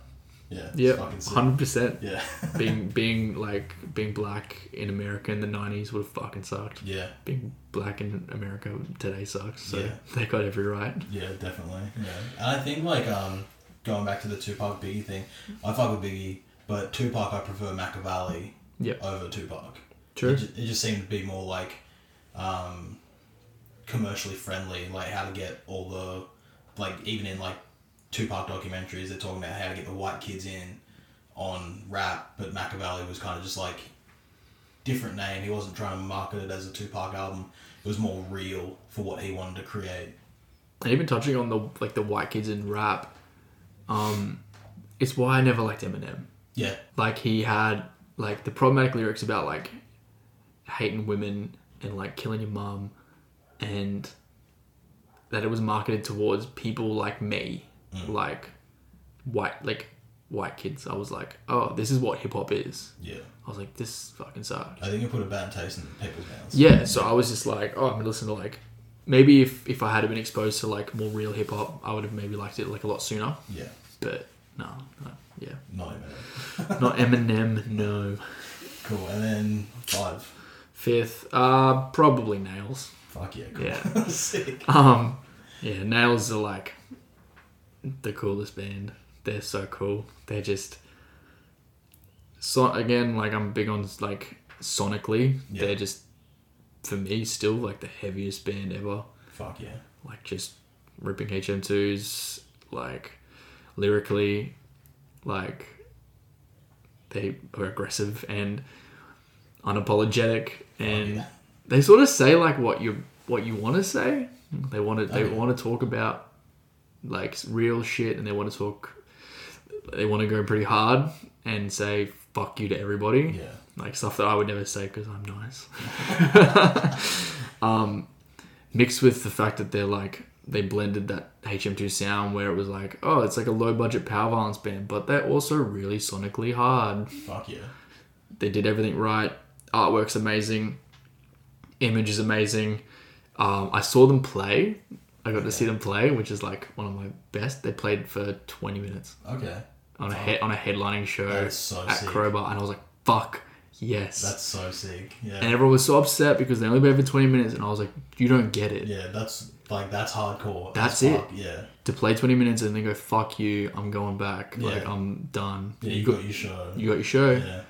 [SPEAKER 1] Yeah, it's
[SPEAKER 2] Yeah,
[SPEAKER 1] fucking sick.
[SPEAKER 2] hundred percent.
[SPEAKER 1] yeah,
[SPEAKER 2] Being being like being black in America in the nineties would have fucking sucked.
[SPEAKER 1] yeah,
[SPEAKER 2] Being black in America today sucks. So
[SPEAKER 1] Yeah.
[SPEAKER 2] they got every right.
[SPEAKER 1] yeah, definitely. Yeah, and I think like um going back to the Tupac Biggie thing, I fuck with Biggie, but Tupac I prefer Machiavelli
[SPEAKER 2] Yep.
[SPEAKER 1] over Tupac.
[SPEAKER 2] True.
[SPEAKER 1] It just, it just seemed to be more like um commercially friendly, like how to get all the like even in like Tupac documentaries, they're talking about how to get the white kids in on rap, but Machiavelli was kind of just like different name. He wasn't trying to market it as a Tupac album. It was more real for what he wanted to create.
[SPEAKER 2] And even touching on the like the white kids in rap, um, it's why I never liked Eminem.
[SPEAKER 1] Yeah,
[SPEAKER 2] Like he had like the problematic lyrics about like hating women and like killing your mum, and that it was marketed towards people like me, like white like white kids. I was like, oh, this is what hip hop is.
[SPEAKER 1] yeah.
[SPEAKER 2] I was like, this fucking sucks.
[SPEAKER 1] I think it put a bad taste in people's mouths.
[SPEAKER 2] Yeah, so I was just like, oh, I'm gonna listen to like maybe if if I had been exposed to like more real hip hop, I would have maybe liked it like a lot sooner.
[SPEAKER 1] Yeah,
[SPEAKER 2] But no, no yeah,
[SPEAKER 1] not even.
[SPEAKER 2] not Eminem, no.
[SPEAKER 1] Cool. And then five.
[SPEAKER 2] Fifth, uh, probably nails.
[SPEAKER 1] Fuck yeah. Cool.
[SPEAKER 2] Yeah.
[SPEAKER 1] Sick.
[SPEAKER 2] Um, yeah, Nails are like the coolest band. They're so cool. They're just so again like I'm big on like sonically.
[SPEAKER 1] Yeah.
[SPEAKER 2] They're just for me still like the heaviest band ever.
[SPEAKER 1] Fuck yeah.
[SPEAKER 2] Like just ripping HM2s like lyrically like they are aggressive and unapologetic and
[SPEAKER 1] Oh, yeah.
[SPEAKER 2] they sort of say like what you what you want to say. They want to they
[SPEAKER 1] Okay.
[SPEAKER 2] want to talk about like real shit, and they want to talk. They want to go pretty hard and say fuck you to everybody,
[SPEAKER 1] Yeah.
[SPEAKER 2] like stuff that I would never say because I'm nice. um, mixed with the fact that they're like they blended that HM2 sound where it was like, oh, it's like a low budget power violence band, but they're also really sonically hard.
[SPEAKER 1] Fuck yeah.
[SPEAKER 2] They did everything right. Artwork's amazing. Image is amazing. Um, I saw them play. I got to see them play, which is like one of my best. They played for 20 minutes
[SPEAKER 1] Okay.
[SPEAKER 2] on a he- on a headlining show
[SPEAKER 1] That's so
[SPEAKER 2] at
[SPEAKER 1] sick.
[SPEAKER 2] Crowbar, and I was like, "Fuck yes!"
[SPEAKER 1] That's so sick. Yeah.
[SPEAKER 2] and everyone was so upset because they only played for twenty minutes, and I was like, "You don't get it
[SPEAKER 1] yeah, that's like that's hardcore.
[SPEAKER 2] That's
[SPEAKER 1] as
[SPEAKER 2] it.
[SPEAKER 1] fuck, Yeah.
[SPEAKER 2] to play twenty minutes and then go fuck you. I'm going back. Like
[SPEAKER 1] Yeah.
[SPEAKER 2] I'm done.
[SPEAKER 1] Yeah, you got your show.
[SPEAKER 2] you got your show.
[SPEAKER 1] Yeah.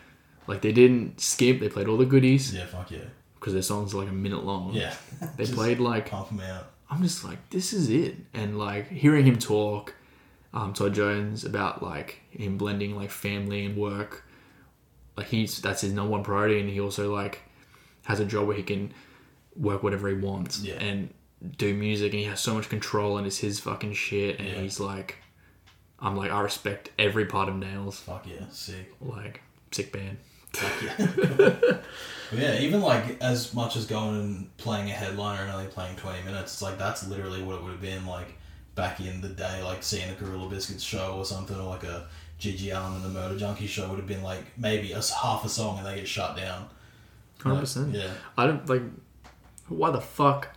[SPEAKER 2] Like they didn't skip. They played all the goodies
[SPEAKER 1] Yeah, fuck yeah.
[SPEAKER 2] because their songs are like a minute long.
[SPEAKER 1] Yeah.
[SPEAKER 2] They
[SPEAKER 1] Just
[SPEAKER 2] played like
[SPEAKER 1] Pump them out.
[SPEAKER 2] I'm just like, this is it. And like hearing him talk, um, Todd Jones about like him blending like family and work, like he's that's his number one priority, and he also like has a job where he can work whatever he wants
[SPEAKER 1] Yeah.
[SPEAKER 2] and do music, and he has so much control, and it's his fucking shit, and
[SPEAKER 1] Yeah.
[SPEAKER 2] he's like, I'm like, I respect every part of Nails,
[SPEAKER 1] Fuck yeah. Sick.
[SPEAKER 2] like sick band.
[SPEAKER 1] Fuck yeah. But yeah, even like as much as going and playing a headliner and only playing 20 minutes, it's like that's literally what it would have been like back in the day, like seeing a Gorilla Biscuits show or something, or like a Gigi Allen and the Murder Junkie show would have been like maybe a s- half a song and they get shut down.
[SPEAKER 2] Hundred
[SPEAKER 1] Like,
[SPEAKER 2] percent.
[SPEAKER 1] Yeah.
[SPEAKER 2] I don't like. Why the fuck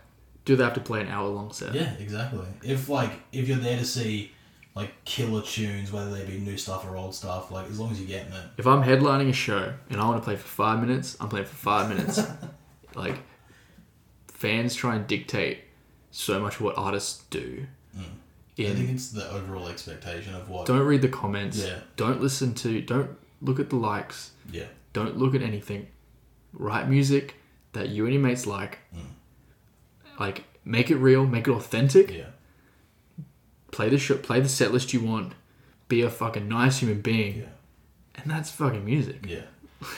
[SPEAKER 2] do they have to play an hour long set?
[SPEAKER 1] Yeah, exactly. If like if you're there to see like killer tunes, whether they be new stuff or old stuff, like as long as you're getting it.
[SPEAKER 2] If I'm headlining a show and I want to play for five minutes, I'm playing for five minutes. like, fans try and dictate so much what artists do.
[SPEAKER 1] Mm. I think
[SPEAKER 2] In,
[SPEAKER 1] it's the overall expectation of what.
[SPEAKER 2] don't read the comments.
[SPEAKER 1] Yeah.
[SPEAKER 2] Don't listen to. Don't look at the likes.
[SPEAKER 1] Yeah.
[SPEAKER 2] Don't look at anything. Write music that you and your mates like.
[SPEAKER 1] Mm.
[SPEAKER 2] Like, make it real. Make it authentic.
[SPEAKER 1] Yeah.
[SPEAKER 2] Play the show. Play the set list you want. Be a fucking nice human being.
[SPEAKER 1] Yeah.
[SPEAKER 2] And that's fucking music.
[SPEAKER 1] Yeah.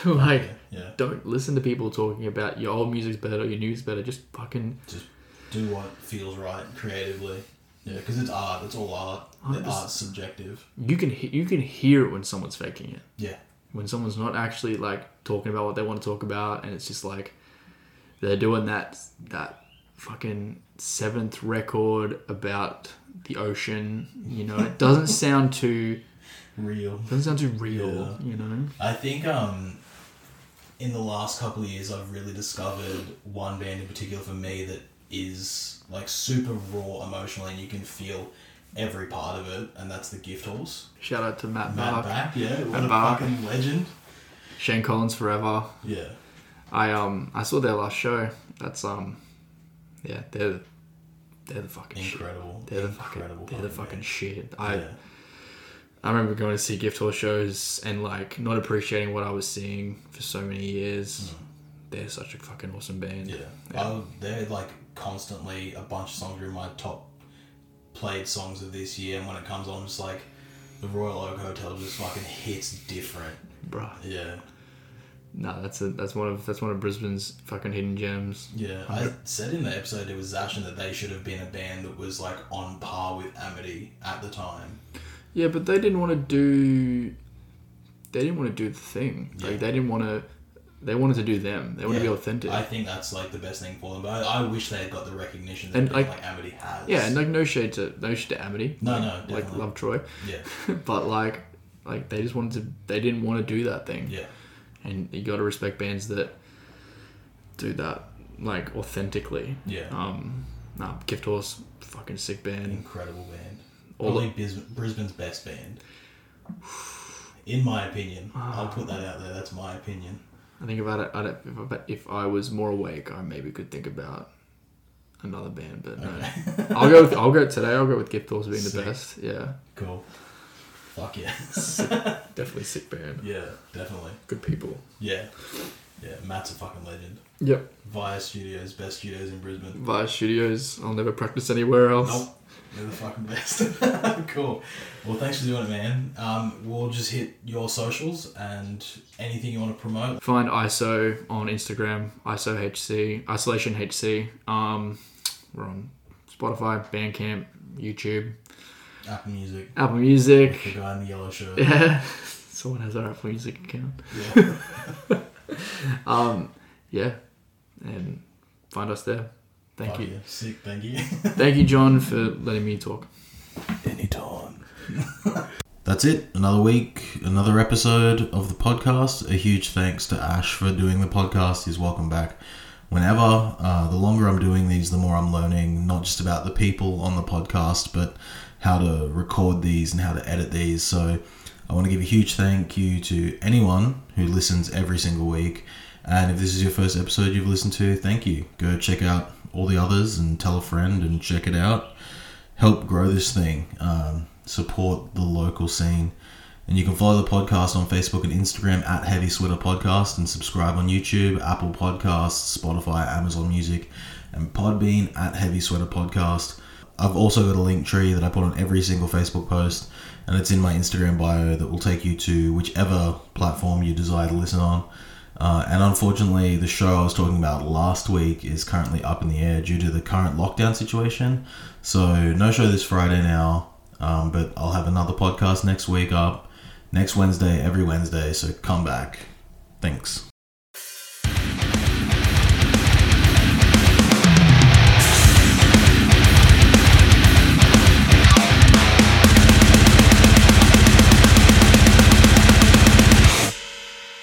[SPEAKER 2] like.
[SPEAKER 1] Yeah. Yeah.
[SPEAKER 2] don't listen to people talking about your old music's better, your new's better. Just fucking
[SPEAKER 1] just do what feels right creatively. Yeah, because it's art. It's all art.
[SPEAKER 2] Hundred
[SPEAKER 1] The
[SPEAKER 2] percent.
[SPEAKER 1] art's subjective.
[SPEAKER 2] you can he- you can hear it when someone's faking it,
[SPEAKER 1] Yeah,
[SPEAKER 2] when someone's not actually like talking about what they want to talk about, and it's just like they're doing that that fucking seventh record about the ocean. You know, it doesn't sound too
[SPEAKER 1] real.
[SPEAKER 2] doesn't sound too real.
[SPEAKER 1] Yeah.
[SPEAKER 2] You know,
[SPEAKER 1] I think um, in the last couple of years, I've really discovered one band in particular for me that is like super raw emotionally, and you can feel every part of it, and that's the Gift Horse.
[SPEAKER 2] shout out to Matt,
[SPEAKER 1] Matt
[SPEAKER 2] Bark,
[SPEAKER 1] Back, yeah, what
[SPEAKER 2] Matt
[SPEAKER 1] a
[SPEAKER 2] Bark.
[SPEAKER 1] fucking legend.
[SPEAKER 2] Shane Collins forever.
[SPEAKER 1] Yeah,
[SPEAKER 2] I um I saw their last show. That's um yeah they're they're the fucking shit.
[SPEAKER 1] incredible.
[SPEAKER 2] They're the fucking,
[SPEAKER 1] incredible.
[SPEAKER 2] they're the fucking shit. I
[SPEAKER 1] band.
[SPEAKER 2] I remember going to see gift horse shows and like not appreciating what I was seeing for so many years. They're such a fucking awesome band.
[SPEAKER 1] Hmm. Yeah. I, they're like constantly a bunch of songs are in my top played songs of this year, and when it comes on, I'm just like the Royal Oak Hotel just fucking hits different.
[SPEAKER 2] bruh.
[SPEAKER 1] Yeah,
[SPEAKER 2] Nah, that's a, that's one of that's one of Brisbane's fucking hidden gems.
[SPEAKER 1] yeah. I said in the episode it was Zashin that they should have been a band that was like on par with Amity at the time.
[SPEAKER 2] Yeah, but they didn't want to do. They didn't want to do the thing.
[SPEAKER 1] Yeah.
[SPEAKER 2] Like they didn't want to. They wanted to do them. They wanted to
[SPEAKER 1] Yeah.
[SPEAKER 2] be authentic.
[SPEAKER 1] I think that's like the best thing for them, but I, I wish they had got the recognition that
[SPEAKER 2] And,
[SPEAKER 1] a band
[SPEAKER 2] like-
[SPEAKER 1] like, Amity has.
[SPEAKER 2] yeah, and like no shade to no shade to Amity.
[SPEAKER 1] no, no, definitely.
[SPEAKER 2] Like love Troy,
[SPEAKER 1] yeah,
[SPEAKER 2] but like like they just wanted to. They didn't want to do that thing.
[SPEAKER 1] yeah,
[SPEAKER 2] and you got to respect bands that do that like authentically.
[SPEAKER 1] yeah.
[SPEAKER 2] Um, nah, Gift Horse, fucking sick band.
[SPEAKER 1] incredible band.
[SPEAKER 2] All
[SPEAKER 1] Probably Bis- Brisbane's best band. In my opinion, I'll put that out there. That's my opinion.
[SPEAKER 2] I think about it. I don't, if, I, but if I was more awake, I maybe could think about another band. But no, I'll go. With, I'll go today. I'll go with Gift Horse being
[SPEAKER 1] Sick.
[SPEAKER 2] the best. Yeah,
[SPEAKER 1] Cool. Fuck yeah.
[SPEAKER 2] definitely sick band.
[SPEAKER 1] yeah, definitely.
[SPEAKER 2] Good people.
[SPEAKER 1] Yeah. Yeah, Matt's a fucking legend.
[SPEAKER 2] Yep.
[SPEAKER 1] Via Studios, best studios in Brisbane.
[SPEAKER 2] Via Studios. I'll never practice anywhere else.
[SPEAKER 1] Nope. They're the fucking best. cool. Well, thanks for doing it, man. Um, we'll just hit your socials and anything you want to promote.
[SPEAKER 2] Find ISO on Instagram, ISOHC, Isolation HC. Um, we're on Spotify, Bandcamp, YouTube,
[SPEAKER 1] Apple Music.
[SPEAKER 2] Apple Music.
[SPEAKER 1] The guy in the yellow shirt.
[SPEAKER 2] Yeah. Someone has our Apple Music account. um, yeah, and find us there. Thank
[SPEAKER 3] Fuck
[SPEAKER 2] you,
[SPEAKER 3] yeah. Sick, thank you.
[SPEAKER 2] thank you, John, for letting me talk.
[SPEAKER 3] Anytime.
[SPEAKER 1] That's it. Another week, another episode of the podcast. A huge thanks to Ash for doing the podcast. He's welcome back whenever. Uh, the longer I'm doing these, the more I'm learning not just about the people on the podcast, but how to record these and how to edit these. So I want to give a huge thank you to anyone who listens every single week. And if this is your first episode you've listened to, thank you. Go check out all the others and tell a friend and check it out help grow this thing, um, support the local scene. And you can follow the podcast on Facebook and Instagram at Heavy Sweater Podcast and subscribe on YouTube, Apple Podcasts, Spotify, Amazon Music, and Podbean at Heavy Sweater Podcast. I've also got a link tree that I put on every single Facebook post, and it's in my Instagram bio that will take you to whichever platform you desire to listen on. Uh, and unfortunately, the show I was talking about last week is currently up in the air due to the current lockdown situation. So, no show this Friday now, um, but I'll have another podcast next week up, next Wednesday, every Wednesday. So, come back. Thanks.